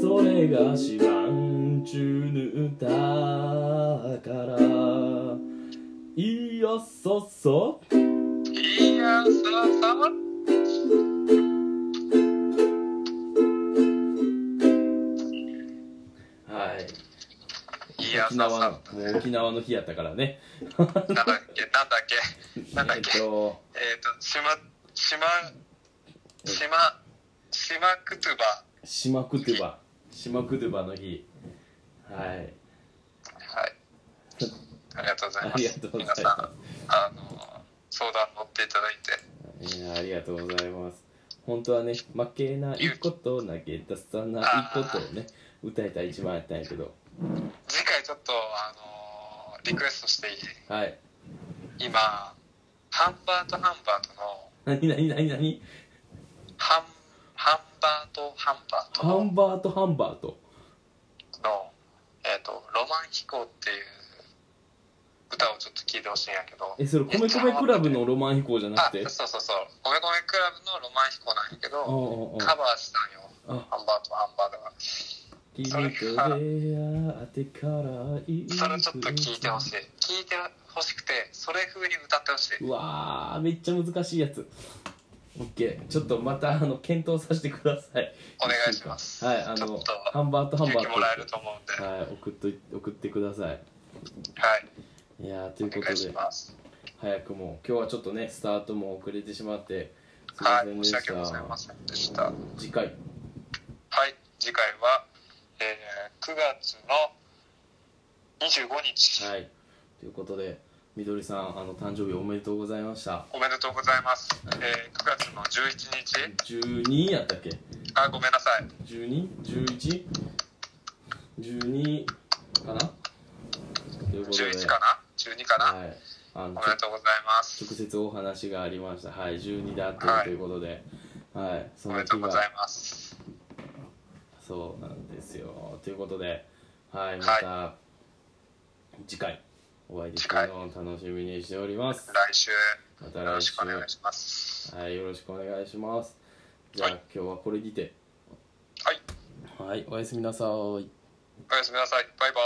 Speaker 2: それが知らんちゅぬだからいやそそ
Speaker 1: いやささ
Speaker 2: はい
Speaker 1: いや
Speaker 2: 沖
Speaker 1: さ
Speaker 2: 縄の
Speaker 1: さ
Speaker 2: もう沖縄の日やったからね
Speaker 1: なんだっけなんだっけなんだっけ
Speaker 2: えっと
Speaker 1: えっ、と島島島島クトゥバ
Speaker 2: 島クトゥバ島クトゥバの日はい
Speaker 1: はいありがとうございま
Speaker 2: あ
Speaker 1: す
Speaker 2: りがとうございます
Speaker 1: 皆さんあの相談乗っていただいて
Speaker 2: いやありがとうございます本当はね負けないこと投げ出さないことをね歌えたら一番やったんやけど
Speaker 1: 次回ちょっとあのリクエストしていい
Speaker 2: はい
Speaker 1: 今ハンバートハンバートの
Speaker 2: 何何何何
Speaker 1: ハンハンバートハンバート
Speaker 2: ハンバートハンバート
Speaker 1: の、えっと「ロマン飛行」っていう歌をちょっと聴いてほしいんやけど
Speaker 2: えそれ米米クラブのロマン飛行じゃな
Speaker 1: あ
Speaker 2: くて
Speaker 1: そうそうそう「米米クラブ」の「ロマン飛行」なんやけ
Speaker 2: ああ
Speaker 1: ど
Speaker 2: ああ
Speaker 1: カバーしたんよ
Speaker 2: あ
Speaker 1: ハンバートハンバーガーが
Speaker 2: 君と出会ってからい
Speaker 1: それちょっと聞いてほしい聞いてほしくてそれ風に歌ってほしいう
Speaker 2: わーめっちゃ難しいやつオッケーちょっとまたあの検討させてください
Speaker 1: お願いします
Speaker 2: はいあ
Speaker 1: ちょ
Speaker 2: の
Speaker 1: っと
Speaker 2: ハンバートハン
Speaker 1: 勇
Speaker 2: バ
Speaker 1: 気もらえる
Speaker 2: ー
Speaker 1: と思うんで
Speaker 2: ト
Speaker 1: は
Speaker 2: はい送っとい送ってください
Speaker 1: い
Speaker 2: いやーとい
Speaker 1: お
Speaker 2: うこ
Speaker 1: 願
Speaker 2: と
Speaker 1: いし
Speaker 2: で
Speaker 1: ます
Speaker 2: 早くも今日はちょっとねスタートも遅れてしまってすいま
Speaker 1: はい
Speaker 2: せん
Speaker 1: 申
Speaker 2: でし
Speaker 1: した訳ございませんでした
Speaker 2: 次回
Speaker 1: はい、次回は、えー、9月の25日、
Speaker 2: はいということでみどりさんあの誕生日おめでとうございました
Speaker 1: おめでとうございます、えー、9月の11日
Speaker 2: 12やったっけ
Speaker 1: あごめんなさい
Speaker 2: 12?11?12 かなということで
Speaker 1: 11かな12かな、
Speaker 2: はい、あの
Speaker 1: お
Speaker 2: ち
Speaker 1: め
Speaker 2: ょ
Speaker 1: でとうございます
Speaker 2: 直接お話がありましたはい12だった
Speaker 1: はい
Speaker 2: ということで、はいそ
Speaker 1: お
Speaker 2: の
Speaker 1: めでと
Speaker 2: 日
Speaker 1: うござ
Speaker 2: が
Speaker 1: います
Speaker 2: そうなんですよということではいま
Speaker 1: はい
Speaker 2: た、次回お会いできるのを楽しみにしております
Speaker 1: 来週よ
Speaker 2: また
Speaker 1: ろ
Speaker 2: 来
Speaker 1: し
Speaker 2: 週
Speaker 1: くお願いします
Speaker 2: はいよろしくお願いしますじゃあ、
Speaker 1: はい
Speaker 2: 今日はこれにて
Speaker 1: はい
Speaker 2: はいおやすみなさい
Speaker 1: おやすみなさいバイバイ